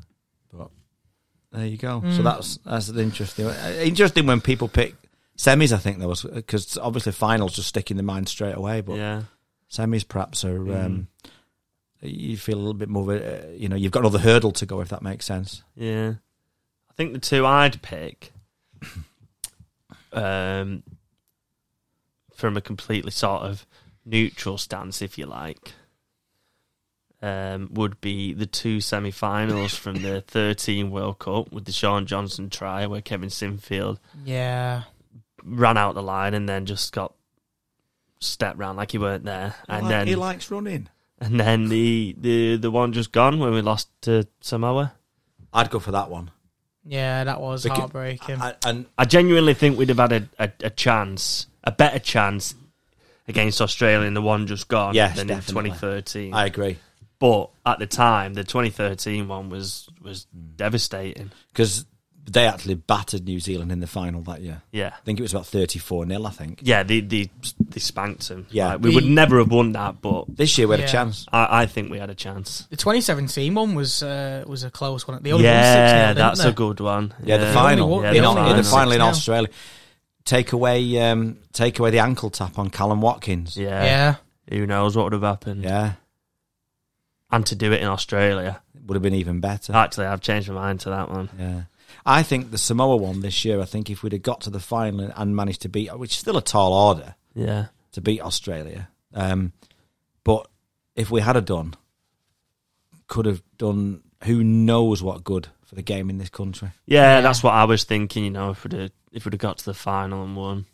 Speaker 2: There you go.
Speaker 1: Mm.
Speaker 2: So that's that's an interesting. uh, Interesting when people pick semis, I think, those because obviously finals just stick in the mind straight away, but
Speaker 1: yeah.
Speaker 2: semis perhaps are. Um, you feel a little bit more, uh, you know, you've got another hurdle to go, if that makes sense.
Speaker 1: Yeah. I think the two I'd pick um from a completely sort of neutral stance, if you like, um, would be the two semi finals from the thirteen World Cup with the Sean Johnson try where Kevin Sinfield
Speaker 3: Yeah.
Speaker 1: ran out the line and then just got stepped round like he weren't there. And then
Speaker 2: he likes running.
Speaker 1: and then the, the the one just gone when we lost to Samoa.
Speaker 2: I'd go for that one.
Speaker 3: Yeah, that was
Speaker 2: Because-
Speaker 3: heartbreaking.
Speaker 2: I, and
Speaker 1: I genuinely think we'd have had a, a, a chance, a better chance against Australia in the one just gone
Speaker 2: Yes,
Speaker 1: than
Speaker 2: definitely.
Speaker 1: in 2013.
Speaker 2: I agree.
Speaker 1: but at the time, the 2013 one was was devastating.
Speaker 2: because they actually battered New Zealand in the final that year.
Speaker 1: Yeah.
Speaker 2: I think it was about 34 nil. I think.
Speaker 1: Yeah, they, they, they spanked him.
Speaker 2: Yeah.
Speaker 1: Like, we would
Speaker 3: The-
Speaker 1: never have won that, but
Speaker 2: This year we had a
Speaker 3: Yeah.
Speaker 2: chance.
Speaker 1: I, I think we had a chance.
Speaker 3: the 2017 one was uh, was a close one. They only won 6
Speaker 1: Yeah,
Speaker 3: nil, didn't
Speaker 1: that's
Speaker 3: they?
Speaker 1: a good one.
Speaker 2: Yeah, the final.
Speaker 3: won-
Speaker 1: Yeah,
Speaker 2: in,
Speaker 1: the
Speaker 2: Au- in the
Speaker 1: final.
Speaker 2: final in
Speaker 3: 6-0.
Speaker 2: Australia. Take away, um, take away the ankle tap on Callum Watkins.
Speaker 1: Yeah.
Speaker 3: Yeah.
Speaker 1: Who knows what would have happened?
Speaker 2: Yeah,
Speaker 1: And to do it in Australia.
Speaker 2: would have been even better.
Speaker 1: Actually, I've changed my mind to that one.
Speaker 2: yeah, I think the Samoa one this year. I think if we'd have got to the final and managed to beat, which is still a tall order
Speaker 1: Yeah.
Speaker 2: to beat Australia, um, but if we had a done, could have done. Who knows what good for the game in this country?
Speaker 1: Yeah, that's what I was thinking. You know, if we'd have, if we'd have got to the final and won,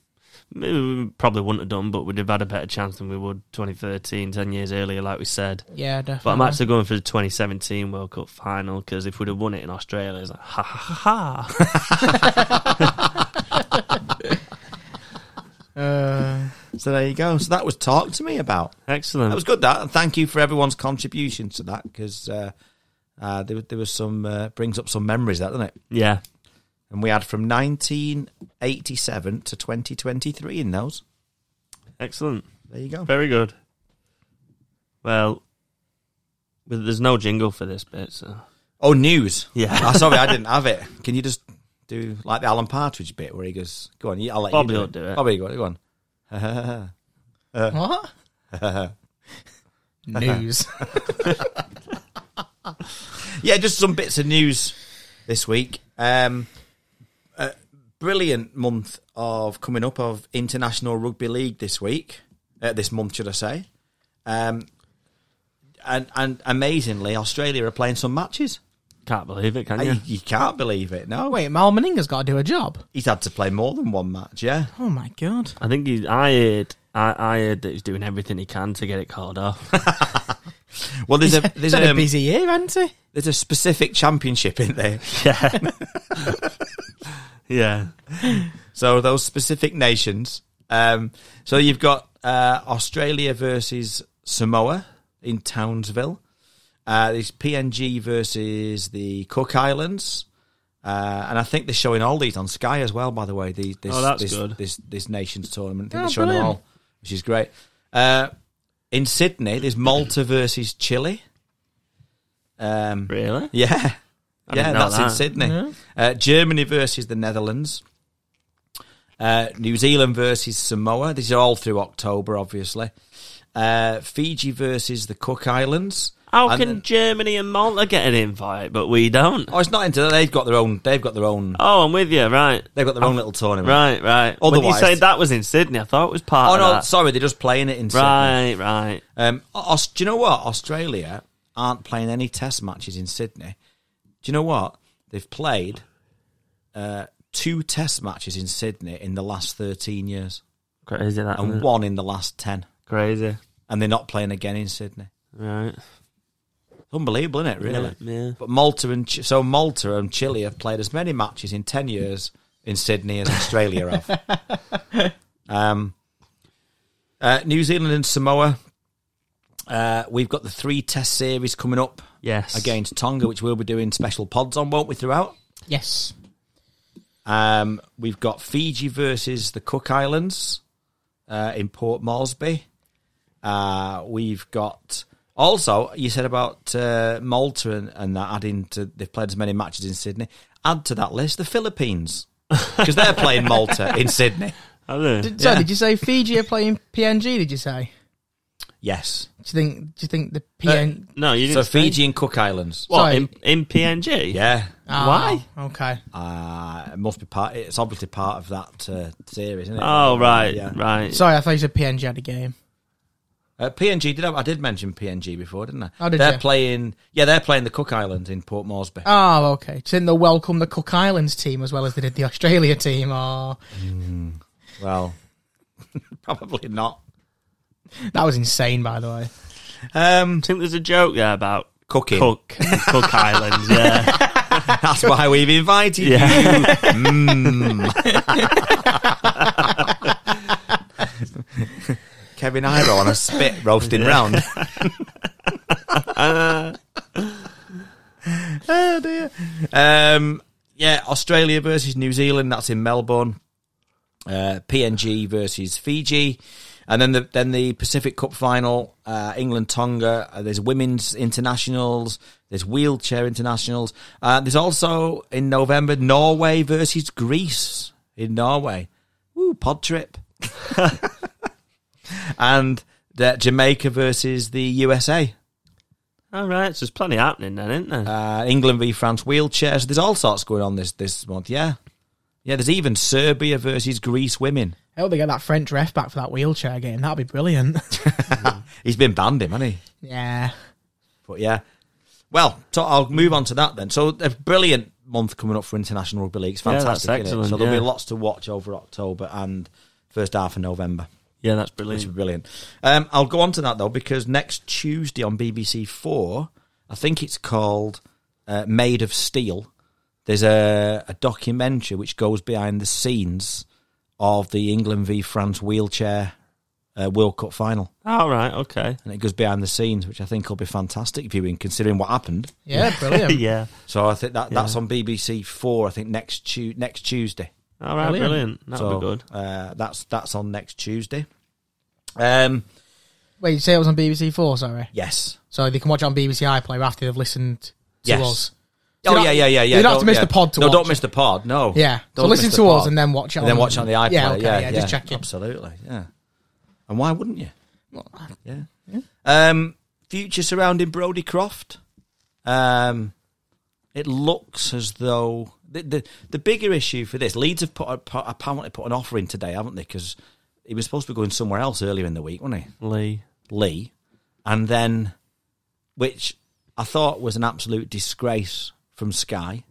Speaker 1: Maybe we probably wouldn't have done, but we'd have had a better chance than we would 2013, 10 years earlier, like we said.
Speaker 3: Yeah, definitely.
Speaker 1: But I'm actually going for the 2017 World Cup final because if we'd have won it in Australia, it's like ha ha ha. ha.
Speaker 3: Uh,
Speaker 2: So there you go. So that was talk to me about.
Speaker 1: Excellent.
Speaker 2: That was good. That and thank you for everyone's contribution to that because uh, uh, there, was- there was some uh, brings up some memories that doesn't it?
Speaker 1: yeah,
Speaker 2: And we had from 1987 to 2023 in those.
Speaker 1: excellent.
Speaker 2: There you go.
Speaker 1: Very good. Well, but there's no jingle for this bit, so
Speaker 2: Oh, news.
Speaker 1: Yeah.
Speaker 2: Ah, sorry, I didn't have it. Can you just do like the Alan Partridge bit where he goes, "Go on, you- I'll let
Speaker 1: Bobby
Speaker 2: you
Speaker 1: will do it.
Speaker 2: Bobby, go on. Go on.
Speaker 3: what? News.
Speaker 2: Yeah, just some bits of news this week. Um, a brilliant month of coming up of International Rugby League this week. Uh, this month, should I say? Um, and and amazingly, Australia are playing some matches.
Speaker 1: can't believe it, can
Speaker 2: And
Speaker 1: you?
Speaker 2: You, you can't believe it. No,
Speaker 3: Oh, Wait, Mal Meninga's got to do a job.
Speaker 2: he's had to play more than one match. Yeah,
Speaker 3: Oh my god.
Speaker 1: I think he's. I heard. I, I heard that he's doing everything he can to get it called off.
Speaker 2: well, there's a there's
Speaker 3: He's had
Speaker 1: um,
Speaker 2: a,
Speaker 3: a busy year, hasn't he?
Speaker 2: there's a specific championship in there.
Speaker 1: yeah. yeah.
Speaker 2: So those specific nations. Um, so you've got uh, Australia versus Samoa in Townsville. Uh, there's PNG versus the Cook Islands. Uh, and I think they're showing all these on Sky as well, by the way. The, this,
Speaker 1: Oh, that's
Speaker 2: this,
Speaker 1: good.
Speaker 2: This, this Nations tournament. I think
Speaker 3: Oh,
Speaker 2: they're showing them
Speaker 3: brilliant.
Speaker 2: all, which is great. Uh, in Sydney, there's Malta versus Chile. Um,
Speaker 1: Really?
Speaker 2: yeah.
Speaker 1: I
Speaker 2: yeah,
Speaker 1: didn't know
Speaker 2: that's in
Speaker 1: that.
Speaker 2: Sydney.
Speaker 3: Yeah.
Speaker 2: Uh, Germany versus the Netherlands. Uh, New Zealand versus Samoa. These are all through October, obviously. Uh, Fiji versus the Cook Islands.
Speaker 1: How
Speaker 2: And
Speaker 1: can
Speaker 2: then-
Speaker 1: Germany and Malta get an invite, but we don't?
Speaker 2: Oh, it's not into that. They've got their own. They've got their own.
Speaker 1: Oh, I'm with you. Right.
Speaker 2: They've got their own little tournament.
Speaker 1: Oh, Right, right. when you
Speaker 2: Otherwise-
Speaker 1: said that was in Sydney, I thought it was part
Speaker 2: Oh
Speaker 1: of
Speaker 2: no,
Speaker 1: that.
Speaker 2: sorry, they're just playing it in. Sydney.
Speaker 1: Right, right.
Speaker 2: Um, Aus- do you know what? Australia aren't playing any test matches in Sydney. Do you know what? They've played uh, two test matches in Sydney in the last 13 years
Speaker 1: Crazy that.
Speaker 2: and
Speaker 1: isn't it?
Speaker 2: one in the last 10.
Speaker 1: Crazy.
Speaker 2: And they're not playing again in Sydney.
Speaker 1: Right.
Speaker 2: Unbelievable, isn't it, really?
Speaker 1: Yeah.
Speaker 2: But Malta and Ch- so Malta and Chile have played as many matches in 10 years in Sydney as Australia have. Um, uh, New Zealand and Samoa. Uh, we've got the three test series coming up
Speaker 1: Yes.
Speaker 2: against Tonga, which we'll be doing special pods on, won't we, throughout?
Speaker 3: Yes.
Speaker 2: Um, we've got Fiji versus the Cook Islands uh, in Port Moresby. Uh, we've got also you said about uh, Malta and, and that adding to they've played as many matches in Sydney. Add to that list the Philippines because they're playing Malta in Sydney.
Speaker 1: I don't know.
Speaker 3: Did, sorry, did you say Fiji are playing PNG? Did you say?
Speaker 2: Yes,
Speaker 3: Do you think? Do you think
Speaker 1: Uh,
Speaker 3: the PN?
Speaker 1: no, you
Speaker 2: so
Speaker 1: didn't. say-
Speaker 2: Fiji and Cook Islands.
Speaker 1: What
Speaker 3: Sorry.
Speaker 1: in, in PNG?
Speaker 2: Yeah,
Speaker 3: Ah,
Speaker 1: Why?
Speaker 3: Okay.
Speaker 2: uh, it must be part. It's obviously part of that uh, series, isn't it?
Speaker 1: Oh right,
Speaker 2: Yeah.
Speaker 1: right.
Speaker 3: Sorry, I thought you said PNG had a game.
Speaker 2: Uh, PNG did I, I did mention PNG before, didn't I?
Speaker 3: Oh, did
Speaker 2: they're
Speaker 3: you?
Speaker 2: playing. Yeah, they're playing the Cook Islands in Port Moresby.
Speaker 3: Oh, okay. Do you think they'll welcome the Cook Islands team as well as they did the Australia team? Oh, Or
Speaker 2: Well, probably not.
Speaker 3: that was insane, by the way.
Speaker 2: Um,
Speaker 1: I think there's a joke there about
Speaker 2: Cooking.
Speaker 1: Cook Cook Islands. Yeah,
Speaker 2: that's why we've invited you.
Speaker 1: yeah. Mm.
Speaker 2: Kevin Iro on a spit roasting round. oh dear. Um, yeah, Australia versus New Zealand. That's in Melbourne. Uh, PNG versus Fiji, and then the then the Pacific Cup final. Uh, England Tonga. Uh, there's women's internationals. There's wheelchair internationals. Uh, there's also in November Norway versus Greece in Norway. Woo, pod trip and that Jamaica versus the USA,
Speaker 1: All right, so there's plenty happening then, isn't there?
Speaker 2: uh, England v France wheelchairs. There's all sorts going on this this month. Yeah, yeah. There's even Serbia versus Greece women.
Speaker 3: I hope they get that French ref back for that wheelchair game. That'd be brilliant.
Speaker 2: He's been banned, him, hasn't he?
Speaker 3: yeah.
Speaker 2: But yeah. Well, so I'll move on to that then. So a brilliant month coming up for international rugby league. It's
Speaker 1: Yeah,
Speaker 2: fantastic.
Speaker 1: that's
Speaker 2: isn't it?
Speaker 1: excellent,
Speaker 2: So there'll
Speaker 1: yeah.
Speaker 2: be lots to watch over October and first half of November,
Speaker 1: Yeah, that's
Speaker 2: which
Speaker 1: brilliant.
Speaker 2: is brilliant. Um, I'll go on to that though because next Tuesday on BBC Four, I think it's called uh, Made of Steel. There's a, a documentary which goes behind the scenes of the England v France wheelchair uh, World Cup final.
Speaker 1: All right, okay.
Speaker 2: and it goes behind the scenes, which I think will be fantastic viewing considering what happened.
Speaker 3: Yeah,
Speaker 2: Um,
Speaker 3: brilliant.
Speaker 1: yeah.
Speaker 2: So I think that that's on BBC Four. I think next tu- next Tuesday.
Speaker 1: All right, brilliant.
Speaker 3: Brilliant.
Speaker 1: That'll
Speaker 2: so
Speaker 1: be good.
Speaker 2: Uh, that's that's on next Tuesday. Um,
Speaker 3: Wait, you say it was on BBC Four, sorry.
Speaker 2: yes.
Speaker 3: So they can watch it on BBC iPlayer after they've listened to
Speaker 2: Yes.
Speaker 3: us.
Speaker 2: Oh
Speaker 3: don't-
Speaker 2: yeah, yeah, yeah, yeah.
Speaker 3: you don't have to miss
Speaker 2: yeah.
Speaker 3: the pod to
Speaker 2: no,
Speaker 3: watch
Speaker 2: don't
Speaker 3: it.
Speaker 2: miss the pod. No.
Speaker 3: Yeah.
Speaker 2: Don't
Speaker 3: so listen
Speaker 2: miss
Speaker 3: to
Speaker 2: the
Speaker 3: us
Speaker 2: pod.
Speaker 3: and then watch it.
Speaker 2: And then watch it on the iPlayer.
Speaker 3: Yeah, okay,
Speaker 2: yeah,
Speaker 3: yeah, just checking.
Speaker 2: Absolutely. Yeah. And why wouldn't you? yeah. Um, future surrounding Brody Croft. Um, it looks as though the, the the bigger issue for this Leeds have put, a- put apparently put an offer in today, haven't they? Because he was supposed to be going somewhere else earlier in the week, wasn't he?
Speaker 1: Lee.
Speaker 2: Lee, and then, which I thought was an absolute disgrace from Sky,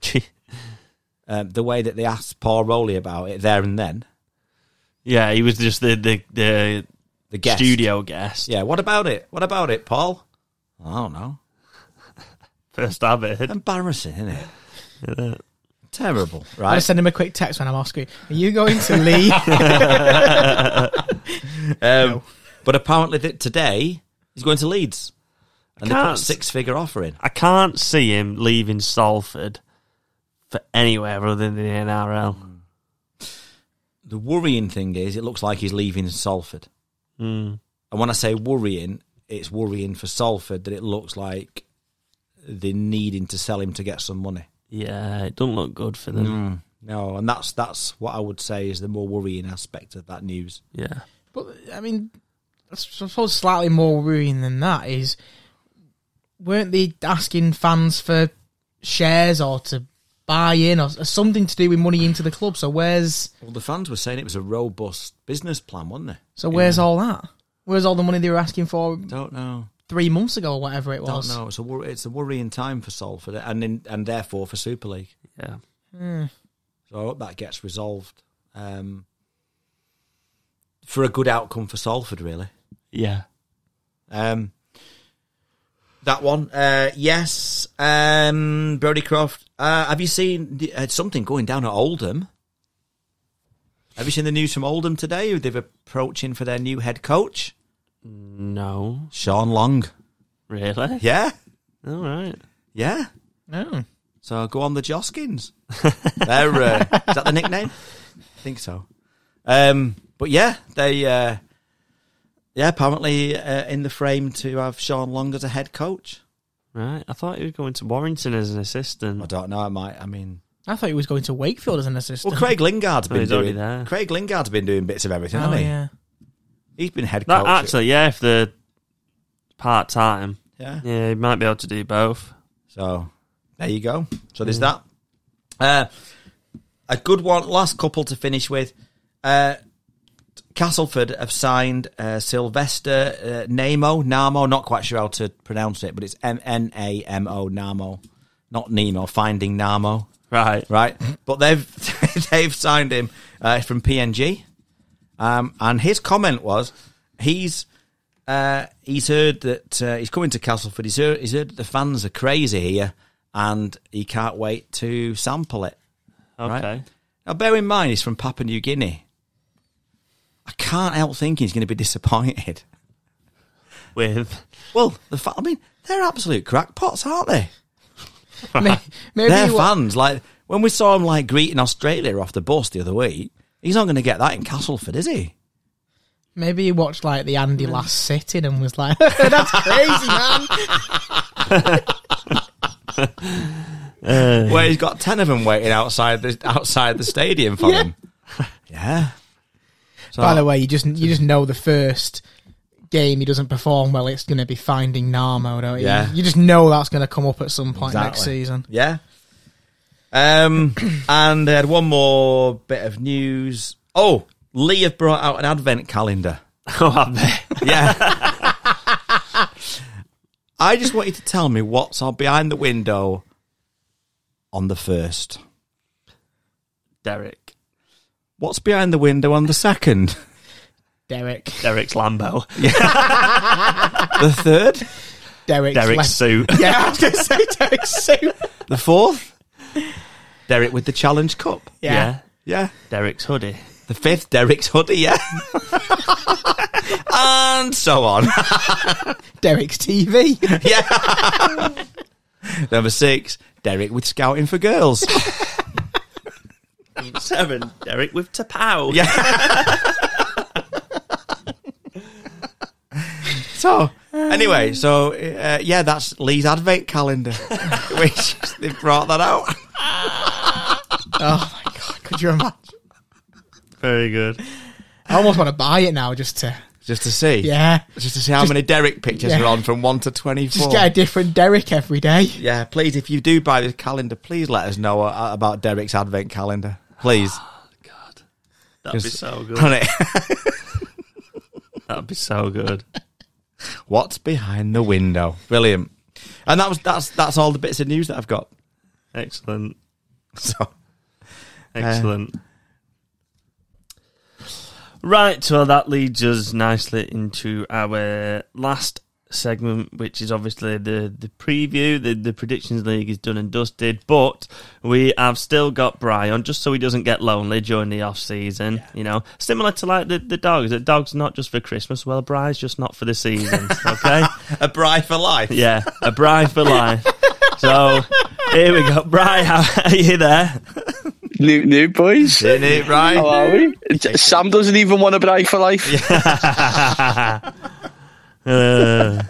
Speaker 2: um, the way that they asked Paul Rowley about it there and then.
Speaker 1: yeah, he was just the the, the
Speaker 2: The guest.
Speaker 1: studio guest.
Speaker 2: Yeah, what about it? What about it, Paul? I don't know.
Speaker 1: First I've heard.
Speaker 2: Embarrassing, isn't it? Terrible,
Speaker 3: I
Speaker 2: right?
Speaker 3: send him a quick text when I'm off screen. Are you going to leave?
Speaker 2: Um, but apparently th- today he's going to Leeds, and they put a
Speaker 1: can't.
Speaker 2: six-figure offer in.
Speaker 1: I can't see him leaving Salford for anywhere other than the NRL.
Speaker 2: The worrying thing is, it looks like he's leaving Salford. And when I say worrying, it's worrying for Salford that it looks like they're needing to sell him to get some money.
Speaker 1: Yeah, it don't look good for them.
Speaker 2: Mm. No, and that's that's what I would say is the more worrying aspect of that news.
Speaker 1: Yeah.
Speaker 3: But I mean, I suppose slightly more worrying than that is, weren't they asking fans for shares or to buy in or, or something to do with money into the club? So where's
Speaker 2: Well, the fans were saying it was a robust business plan, wasn't they?
Speaker 3: so where's all that? Where's all the money they were asking for
Speaker 2: Don't know.
Speaker 3: three months ago or whatever it
Speaker 2: Don't
Speaker 3: was?
Speaker 2: know. It's a wor- it's a worrying time for Salford, and in, and therefore for Super League.
Speaker 1: Yeah.
Speaker 2: So I hope that gets resolved um, for a good outcome for Salford, really.
Speaker 1: Yeah.
Speaker 2: Um, that one, uh, yes. Um, Brody Croft. Uh, have you seen the- uh, something going down at Oldham? Have you seen the news from Oldham today? Who they're approaching for their new head coach,
Speaker 1: No.
Speaker 2: Sean Long.
Speaker 1: Really?
Speaker 2: Yeah,
Speaker 1: All right.
Speaker 2: yeah.
Speaker 3: No.
Speaker 2: So go on the Joskins. They're, uh, is that the nickname? I think so. Um, but yeah, they uh, yeah apparently uh, in the frame to have Sean Long as a head coach.
Speaker 1: Right. I thought he was going to Warrington as an assistant.
Speaker 2: I don't know. I might. I mean,
Speaker 3: I thought he was going to Wakefield as an assistant.
Speaker 2: well, Craig Lingard's
Speaker 1: Oh,
Speaker 2: been
Speaker 1: he's already
Speaker 2: doing.
Speaker 1: there.
Speaker 2: Craig Lingard's been doing bits of everything,
Speaker 3: Oh
Speaker 2: hasn't he?
Speaker 3: yeah.
Speaker 2: He's been head
Speaker 1: That
Speaker 2: coach.
Speaker 1: actually, yeah, if they're part time,
Speaker 2: yeah.
Speaker 1: yeah, he might be able to do both.
Speaker 2: So there you go. So there's that. Uh, a good one. Last couple to finish with. Uh, Castleford have signed uh, Sylvester uh, Nemo. Namo. Not quite sure how to pronounce it, but it's M N A M O. Namo. Not Nemo. Finding Namo.
Speaker 1: Right.
Speaker 2: Right. But they've they've signed him uh, from PNG. Um, and his comment was, he's uh, he's heard that uh, he's coming to Castleford. He's heard, he's heard that the fans are crazy here, and he can't wait to sample it.
Speaker 1: Okay.
Speaker 2: Now, bear in mind, he's from Papua New Guinea. I can't help thinking he's going to be disappointed.
Speaker 1: With
Speaker 2: Well, the fa- I mean, they're absolute crackpots, aren't they?
Speaker 3: May- Maybe
Speaker 2: They're
Speaker 3: he wa-
Speaker 2: fans. Like when we saw him like greeting Australia off the bus the other week, he's not going to get that in Castleford, is he?
Speaker 3: Maybe he watched like the Andy last sitting and was like, "That's crazy, man."
Speaker 2: Where he's got ten of them waiting outside the outside the stadium for
Speaker 3: Yeah.
Speaker 2: him. Yeah. So,
Speaker 3: By the way, you just you just know the first game he doesn't perform well, it's going to be finding Narmo, don't you?
Speaker 2: Yeah.
Speaker 3: You just know that's going to come up at some point next
Speaker 2: Exactly.
Speaker 3: season.
Speaker 2: Yeah. Um, and they had one more bit of news. Oh, Lee have brought out an advent calendar.
Speaker 1: oh, I bet.
Speaker 2: Yeah. I just want you to tell me what's on behind the window on the first.
Speaker 1: Derek.
Speaker 2: What's behind the window on the second?
Speaker 3: Derek.
Speaker 1: Derek's Lambo.
Speaker 2: The third,
Speaker 3: Derek's
Speaker 1: Derek's
Speaker 3: left.
Speaker 1: suit.
Speaker 3: Yeah, I was going to say Derek's suit.
Speaker 2: the fourth, Derek with the Challenge Cup.
Speaker 1: Yeah.
Speaker 3: Yeah.
Speaker 2: Yeah.
Speaker 1: Derek's hoodie.
Speaker 2: The fifth, Derek's hoodie. Yeah. and so on.
Speaker 3: Derek's TV.
Speaker 2: Number six, Derek with Scouting for Girls.
Speaker 1: Seven. Derek with Tapau.
Speaker 2: Yeah. so anyway, so uh, yeah, that's Lee's advent calendar, which they brought that out.
Speaker 3: oh my god, could you imagine?
Speaker 1: Very good.
Speaker 3: I almost want to buy it now just to
Speaker 2: Just to see,
Speaker 3: yeah,
Speaker 2: just to see how many Derek pictures
Speaker 3: yeah.
Speaker 2: are on from one to
Speaker 3: just
Speaker 2: twenty-four.
Speaker 3: get a different Derek every day.
Speaker 2: yeah, please, if you do buy the calendar, please let us know uh, about Derek's advent calendar, please.
Speaker 1: God. Ah, That'd be so good.
Speaker 2: On it.
Speaker 1: That'd be so good.
Speaker 2: What's behind the window? Brilliant. And that was that's that's all the bits of news that I've got.
Speaker 1: Excellent.
Speaker 2: So
Speaker 1: Excellent. right, so that leads us nicely into our last segment, which is obviously the, the preview. The, the Predictions League is done and dusted, but we have still got Brian, just so he doesn't get lonely during the off season. You know, similar to like the, the dogs. The dog's not just for Christmas. Well, Brian's just not for the season, okay?
Speaker 2: a bride for life.
Speaker 1: Yeah, a bride for life. So here we go. Brian, how are you there?
Speaker 9: New, new boys.
Speaker 2: Isn't it right?
Speaker 9: How are we? J- Sam doesn't even want a bride for life.
Speaker 1: Uh,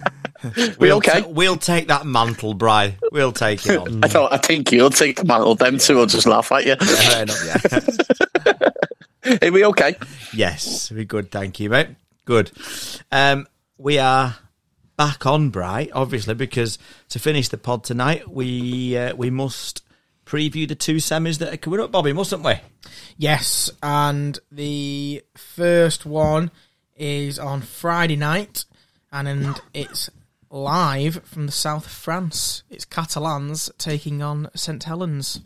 Speaker 9: we
Speaker 2: We'll
Speaker 9: okay?
Speaker 2: ta- we'll take that mantle, Bri. We'll take it on.
Speaker 9: I thought I think you'll take the mantle. Them two will just laugh at you.
Speaker 2: Fair enough, yeah.
Speaker 9: Are we okay?
Speaker 2: yes, we're good. Thank you, mate. Good. Um, we are back on, Bri, obviously, because to finish the pod tonight, we uh, we must preview the two semis that are coming up, Bobby, mustn't we?
Speaker 3: Yes, and the first one is on Friday night, and, and it's live from the south of France. It's Catalans taking on St Helens.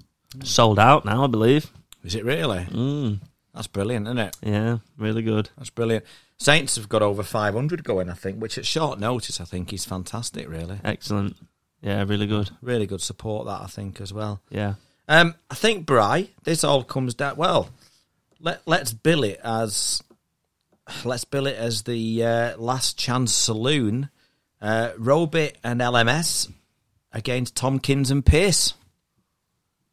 Speaker 1: sold out now, I believe.
Speaker 2: Is it really? Mm. That's brilliant, isn't it?
Speaker 1: Yeah, really good.
Speaker 2: That's brilliant. Saints have got over 500 going, I think, which at short notice, I think, is fantastic, really.
Speaker 1: Excellent. Yeah, really good.
Speaker 2: Really good support, that, I think, as well.
Speaker 1: Yeah.
Speaker 2: Um, I think Bry, this all comes down. Well, let let's bill it as let's bill it as the uh, last chance saloon. Uh, Robit and LMS against Tomkins and Pierce.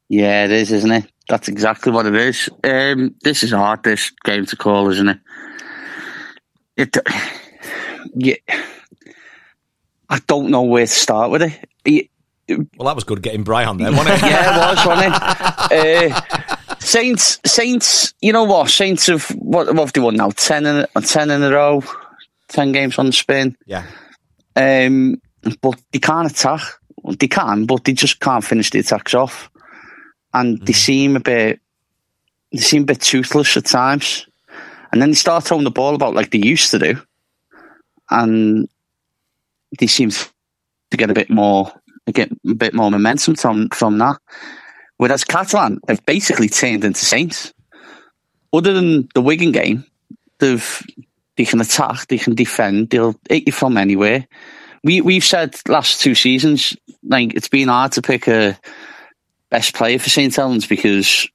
Speaker 9: Yeah, it is, isn't it? That's exactly what it is. Um, this is hard. This game to call, isn't it? It, yeah. I don't know where to start with it. Y-
Speaker 2: Well, that was good getting Bry on there, wasn't it?
Speaker 9: Yeah, it was, wasn't it? Uh, Saints, Saints. You know what? Saints have what, what have they won now? Ten in a- ten in a row, ten games on the spin.
Speaker 2: yeah,
Speaker 9: Um, but they can't attack. They can, but they just can't finish the attacks off. And they seem a bit, they seem a bit toothless at times. And then they start throwing the ball about like they used to do, and they seem to get a bit more, get a bit more momentum from from that. Whereas Catalan have basically turned into Saints. Other than the Wigan game, they've they can attack, they can defend, they'll hit you from anywhere. We we've said last two seasons, like it's been hard to pick a best player for St Helens because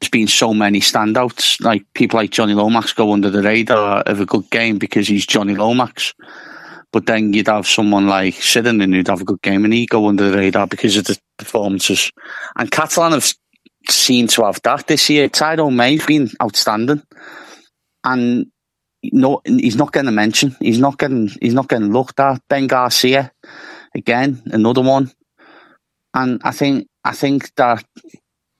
Speaker 9: there's been so many standouts. Like people like Johnny Lomax go under the radar of a good game because he's Johnny Lomax. But then you'd have someone like Siddon and who'd have a good game and he'd go under the radar because of the performances. And Catalan have seemed to have that this year. Tyrone May's been outstanding. And no, he's not getting a mention. He's not getting he's not getting looked at. Ben Garcia, again, another one. And I think I think that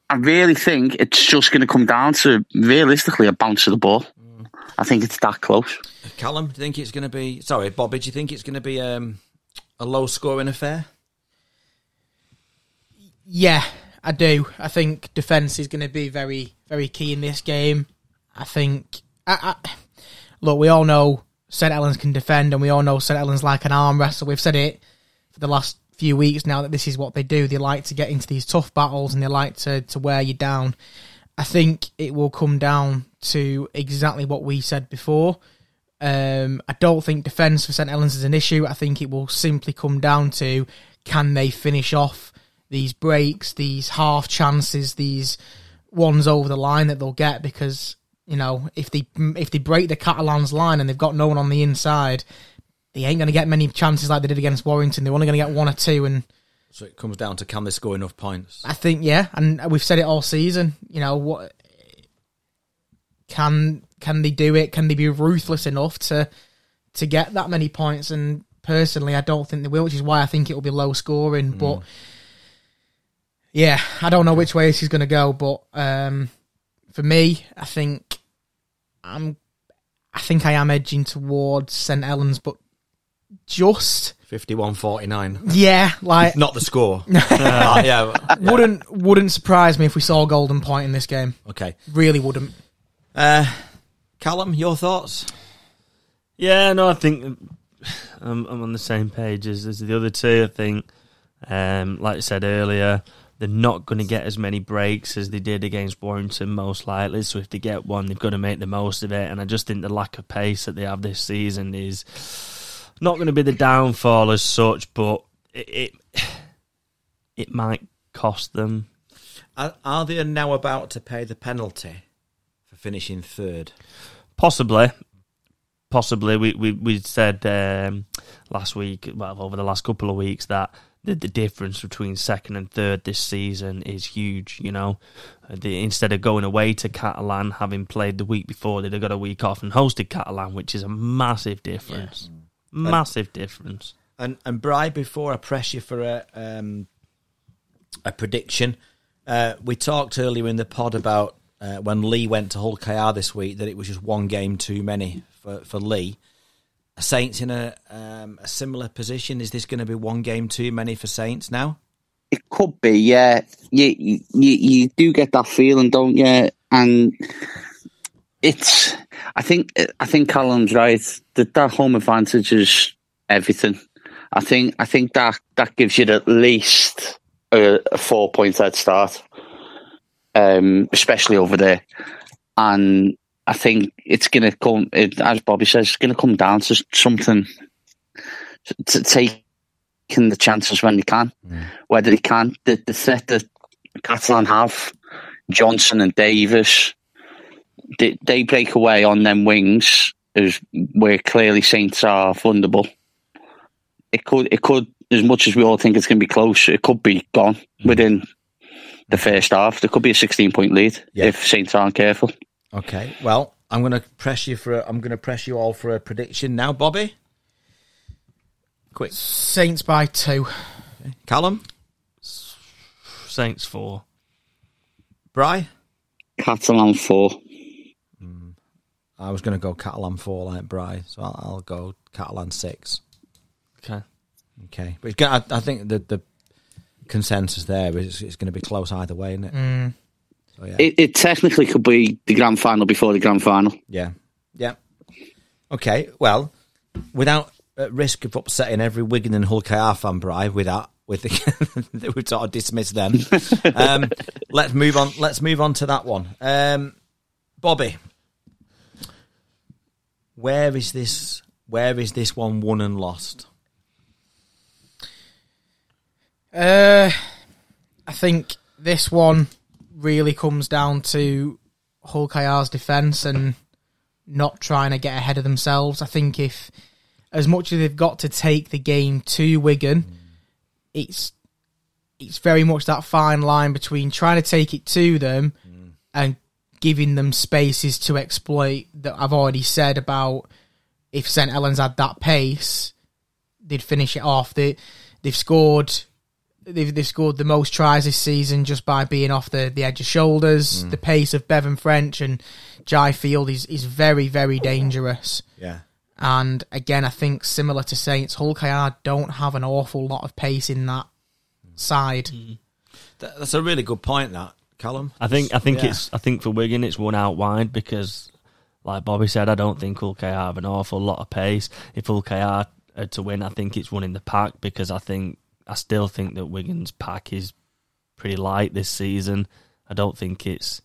Speaker 9: I really think it's just going to come down to realistically a bounce of the ball. I think it's that close.
Speaker 2: Callum, do you think it's going to be? Sorry, Bobby, do you think it's going to be um, a low scoring affair?
Speaker 3: Yeah, I do. I think defense is going to be very, very key in this game. I think. I, I, look, we all know St. Helens can defend, and we all know St. Helens like an arm wrestle. We've said it for the last few weeks now that this is what they do. They like to get into these tough battles and they like to, to wear you down. I think it will come down to exactly what we said before. Um, I don't think defence for St Helens is an issue. I think it will simply come down to can they finish off these breaks, these half chances, these ones over the line that they'll get because you know if they if they break the Catalans line and they've got no one on the inside, they ain't going to get many chances like they did against Warrington. They're only going to get one or two and.
Speaker 2: So it comes down to can they score enough points?
Speaker 3: I think yeah, and we've said it all season. You know what? Can can they do it? Can they be ruthless enough to to get that many points? And personally, I don't think they will, which is why I think it will be low scoring. But yeah, I don't know which way this is going to go. But um, for me, I think I'm I think I am edging towards St Helens, but just
Speaker 2: 51 49.
Speaker 3: yeah, like
Speaker 2: Not the score. Ah, yeah.
Speaker 3: wouldn't wouldn't surprise me if we saw Golden Point in this game.
Speaker 2: Okay.
Speaker 3: Really wouldn't.
Speaker 2: Uh, Callum, your thoughts?
Speaker 1: Yeah, no, I think um, I'm, I'm on the same page as, as the other two. I think, um, like I said earlier, they're not going to get as many breaks as they did against Warrington, most likely. So if they get one, they've got to make the most of it. And I just think the lack of pace that they have this season is not going to be the downfall as such, but it it, it might cost them.
Speaker 2: Are, are they now about to pay the penalty for finishing third?
Speaker 1: Possibly. Possibly. We we, we said um, last week, well, over the last couple of weeks, that the, the difference between second and third this season is huge. You know, Uh, the, instead of going away to Catalan, having played the week before, they'd have got a week off and hosted Catalan, which is a massive difference. Massive difference.
Speaker 2: And and Bri, before I press you for a um, a prediction, uh, we talked earlier in the pod about uh, when Lee went to Hull KR this week that it was just one game too many for for Lee. Are Saints in a um, a similar position. Is this going to be one game too many for Saints now?
Speaker 9: It could be, yeah. You, you you do get that feeling, don't you? And it's, I think, I think Callum's right. That that home advantage is everything. I think, I think that that gives you at least a, a four point head start, um, especially over there. And I think it's going to come, it, as Bobby says, it's going to come down to something to taking the chances when they can whether he can. The, the threat that Catalan have, Johnson and Davis, they, they break away on them wings, is where clearly Saints are vulnerable. It could, it could, as much as we all think it's going to be close, it could be gone within the first half. There could be a 16 point lead
Speaker 2: Yeah.
Speaker 9: if Saints aren't careful.
Speaker 2: Okay. Well, I'm going to press you for. A, I'm going to press you all for a prediction now, Bobby. Quick,
Speaker 3: Saints by two.
Speaker 2: Callum,
Speaker 1: Saints four.
Speaker 2: Bry.
Speaker 9: Catalan four.
Speaker 2: I was going to go Catalan four like Bry, so I'll, I'll go Catalan six.
Speaker 1: Okay.
Speaker 2: Okay, but it's gonna, I, I think the the consensus there is it's going to be close either way, isn't it? So yeah,
Speaker 9: It, it technically could be the grand final before the grand final.
Speaker 2: yeah, yeah. Okay, well, without at risk of upsetting every Wigan and Hull KR fan, Bry, with that, with the, that we sort of dismiss them. um, let's move on. Let's move on to that one, um, Bobby. Where is this? Where is this one won and lost?
Speaker 3: Uh, I think this one really comes down to Hull KR's defence and not trying to get ahead of themselves. I think if, as much as they've got to take the game to Wigan, it's it's very much that fine line between trying to take it to them and giving them spaces to exploit that I've already said about if St. Helens had that pace, they'd finish it off. They they've scored they've, they've scored the most tries this season just by being off the, the edge of shoulders. The pace of Bevan French and Jai Field is, is very, very dangerous.
Speaker 2: Yeah,
Speaker 3: And again, I think similar to Saints, Hull KR don't have an awful lot of pace in that side.
Speaker 2: That, that's a really good point, that Callum.
Speaker 1: I think I think
Speaker 2: Yeah.
Speaker 1: it's I think for Wigan it's one out wide because like Bobby said, I don't think Ulk have an awful lot of pace. If Ulk are to win, I think it's one in the pack because I think I still think that Wigan's pack is pretty light this season. I don't think it's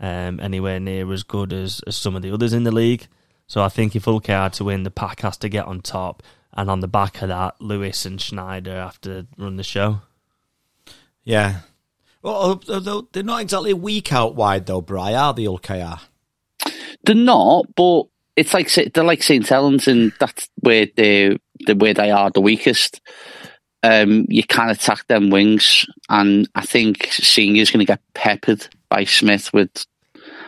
Speaker 1: um, anywhere near as good as, as some of the others in the league. So I think if Hulk are to win, the pack has to get on top, and on the back of that, Lewis and Schneider have to run the show.
Speaker 2: Yeah. Well, although they're not exactly weak out wide though, Bry, are they LKR?
Speaker 9: They're not, but it's like Sa- they're like St. Helens, and that's where they the where they are the weakest. Um, you can attack them wings, and I think Senior's going to get peppered by Smith with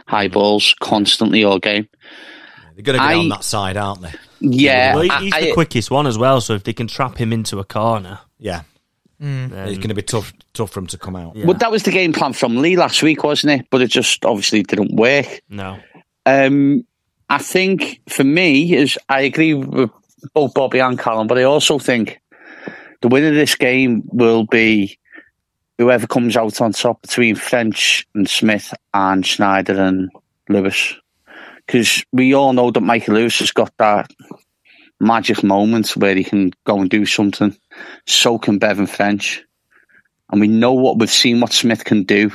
Speaker 9: high
Speaker 1: Mm-hmm.
Speaker 9: balls constantly all game.
Speaker 2: They're going to be
Speaker 9: I-
Speaker 2: on that side, aren't they?
Speaker 9: Yeah,
Speaker 1: Well, he-
Speaker 9: I-
Speaker 1: he's
Speaker 9: I-
Speaker 1: the quickest one as well. So if they can trap him into a corner,
Speaker 2: Yeah.
Speaker 1: then-
Speaker 2: It's going to be tough, tough for them to come out.
Speaker 1: Yeah.
Speaker 9: Well, that was the game plan from Lee last week, wasn't it? But it just obviously didn't work.
Speaker 1: no,
Speaker 9: Um, I think for me is I agree with both Bobby and Callum, but I also think the winner of this game will be whoever comes out on top between French and Smith and Schneider and Lewis, because we all know that Michael Lewis has got that magic moment where he can go and do something. So can Bevan French, and we know what we've seen what Smith can do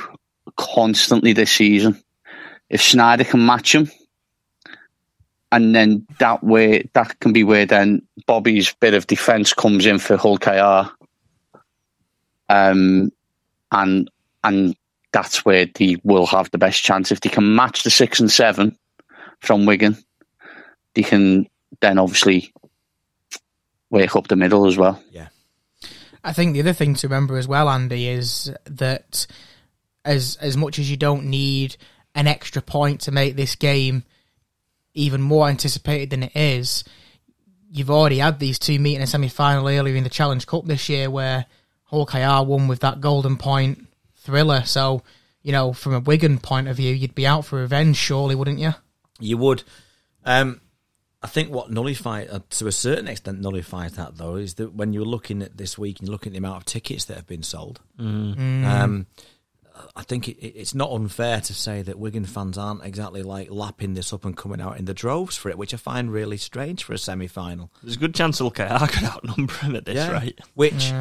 Speaker 9: constantly this season if Schneider can match him, and then that way that can be where then Bobby's bit of defence comes in for Hull KR. Um, and and that's where they will have the best chance if they can match the six and seven from Wigan. They can then obviously wake up the middle as well.
Speaker 3: I think the other thing to remember as well, Andy, is that as as much as you don't need an extra point to make this game even more anticipated than it is, you've already had these two meeting in semi final earlier in the Challenge Cup this year where Hawkeye R won with that golden point thriller. So, you know, from a Wigan point of view, you'd be out for revenge, surely, wouldn't you?
Speaker 2: You would. Um, I think what nullifies, uh, to a certain extent, nullifies that though, is that when you're looking at this week and you're looking at the amount of tickets that have been sold, um, I think it, it- it's not unfair to say that Wigan fans aren't exactly like lapping this up and coming out in the droves for it, which I find really strange for a semi final.
Speaker 1: there's a good chance Ulkar could outnumber him at this rate.
Speaker 2: Which,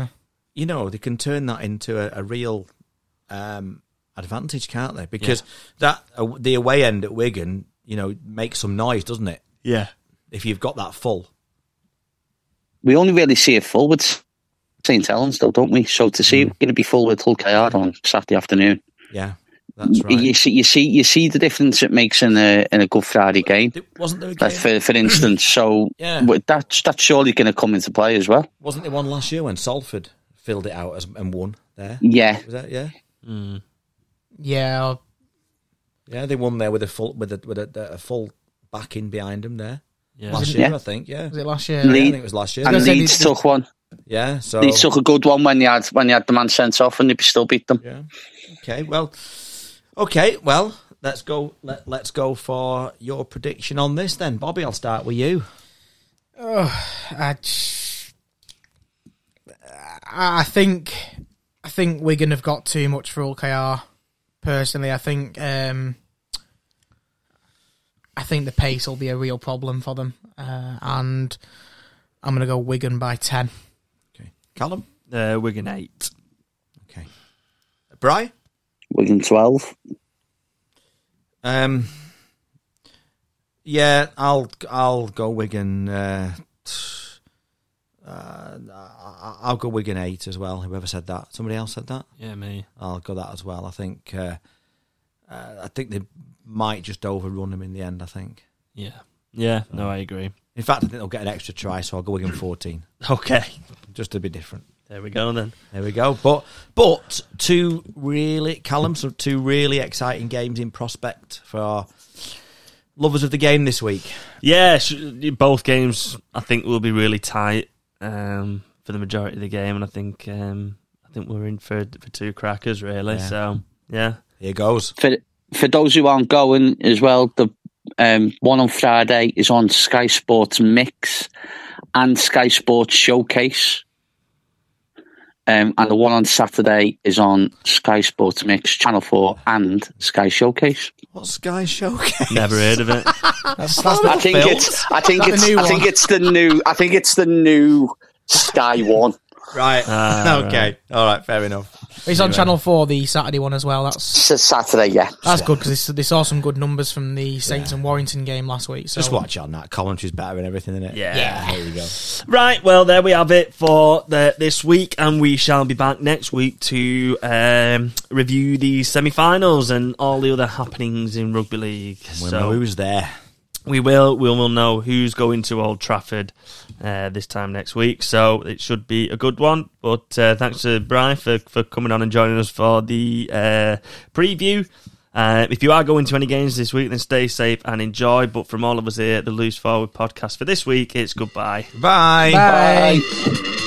Speaker 2: you know, they can turn that into a, a real um, advantage, can't they? Because that uh, the away end at Wigan, you know, makes some noise, doesn't it?
Speaker 1: Yeah,
Speaker 2: If you've got that full.
Speaker 9: We only really see it full with St. Helens, though, don't we? So to see it going to be full with Hull KR on Saturday afternoon.
Speaker 2: Yeah, that's right.
Speaker 9: You see, you see, you see the difference it makes in a in a Good Friday game.
Speaker 2: It- wasn't there a
Speaker 9: Like
Speaker 2: game,
Speaker 9: for for instance, so
Speaker 2: Yeah.
Speaker 9: w- that's that's surely going to come into play as well.
Speaker 2: wasn't there one last year when Salford filled it out as, and won there?
Speaker 9: Yeah,
Speaker 2: Was that yeah?
Speaker 3: Yeah, or
Speaker 2: Yeah, they won there with a full with a with a, a full backing behind them there
Speaker 1: yeah.
Speaker 2: last year,
Speaker 9: Yeah.
Speaker 2: I think. Yeah,
Speaker 3: was it last year?
Speaker 2: yeah I
Speaker 9: Leeds-
Speaker 2: think it was last year.
Speaker 9: and
Speaker 3: gonna say
Speaker 9: Leeds
Speaker 3: they-
Speaker 9: took one.
Speaker 2: yeah, so
Speaker 9: Leeds took a good one when they had when they had the man sent off, and they still beat them.
Speaker 2: yeah. Okay, well, okay, well, let's go. Let, let's go for your prediction on this then, Bobby. I'll start with you.
Speaker 3: I, I think I think Wigan have got too much for LKR. Personally, I think um, I think the pace will be a real problem for them, uh, and I'm going to go Wigan by ten.
Speaker 2: Okay, Callum.
Speaker 1: Uh, Wigan eight.
Speaker 2: Okay, Bry.
Speaker 9: Wigan twelve.
Speaker 2: Um, yeah, I'll I'll go Wigan. Uh, t- uh, I- I'll go Wigan eight as well. Whoever said that, somebody else said that.
Speaker 1: Yeah, me.
Speaker 2: I'll go that as well. I think uh, uh, I think they might just overrun them in the end. I think.
Speaker 1: Yeah, yeah. No, I agree.
Speaker 2: In fact, I think they'll get an extra try, so I'll go Wigan fourteen
Speaker 1: Okay,
Speaker 2: just to be different.
Speaker 1: there we go then.
Speaker 2: There we go. But but two really Callum, so two really exciting games in prospect for our lovers of the game this week.
Speaker 1: Yeah, sh- both games I think will be really tight um, for the majority of the game, and I think um, I think we're in for for two crackers really.
Speaker 2: Yeah.
Speaker 1: So yeah,
Speaker 2: Here goes.
Speaker 9: For for those who aren't going as well, the um, one on Friday is on Sky Sports Mix and Sky Sports Showcase. Um, and the one on Saturday is on Sky Sports Mix, Channel 4, and Sky Showcase.
Speaker 2: What Sky Showcase?
Speaker 1: never heard of it.
Speaker 9: I think it's I
Speaker 3: Is that
Speaker 9: think
Speaker 3: the
Speaker 9: it's
Speaker 3: new
Speaker 9: I think
Speaker 3: one?
Speaker 9: it's the new I think it's the new Sky One.
Speaker 2: Right.
Speaker 1: Ah,
Speaker 2: okay. All right. Fair enough.
Speaker 3: It's on
Speaker 2: Anyway.
Speaker 3: Channel Four, the Saturday one as well. That's
Speaker 9: S- Saturday, yeah.
Speaker 3: that's good because they saw some good numbers from the Saints and Warrington game last week. So
Speaker 2: Just watch on that. Commentary's better and everything, isn't it?
Speaker 1: Yeah.
Speaker 2: There you go.
Speaker 1: Right, well, there we have it for the, this week, and we shall be back next week to um, review the semi-finals and all the other happenings in rugby league.
Speaker 2: We'll
Speaker 1: so
Speaker 2: know who was there.
Speaker 1: we will, we will know who's going to Old Trafford uh, this time next week. So it should be a good one. But uh, thanks to Brian for for coming on and joining us for the uh, preview. Uh, if you are going to any games this week, then stay safe and enjoy. But from all of us here at the Loose Forward podcast for this week, it's goodbye.
Speaker 2: Bye.
Speaker 3: Bye.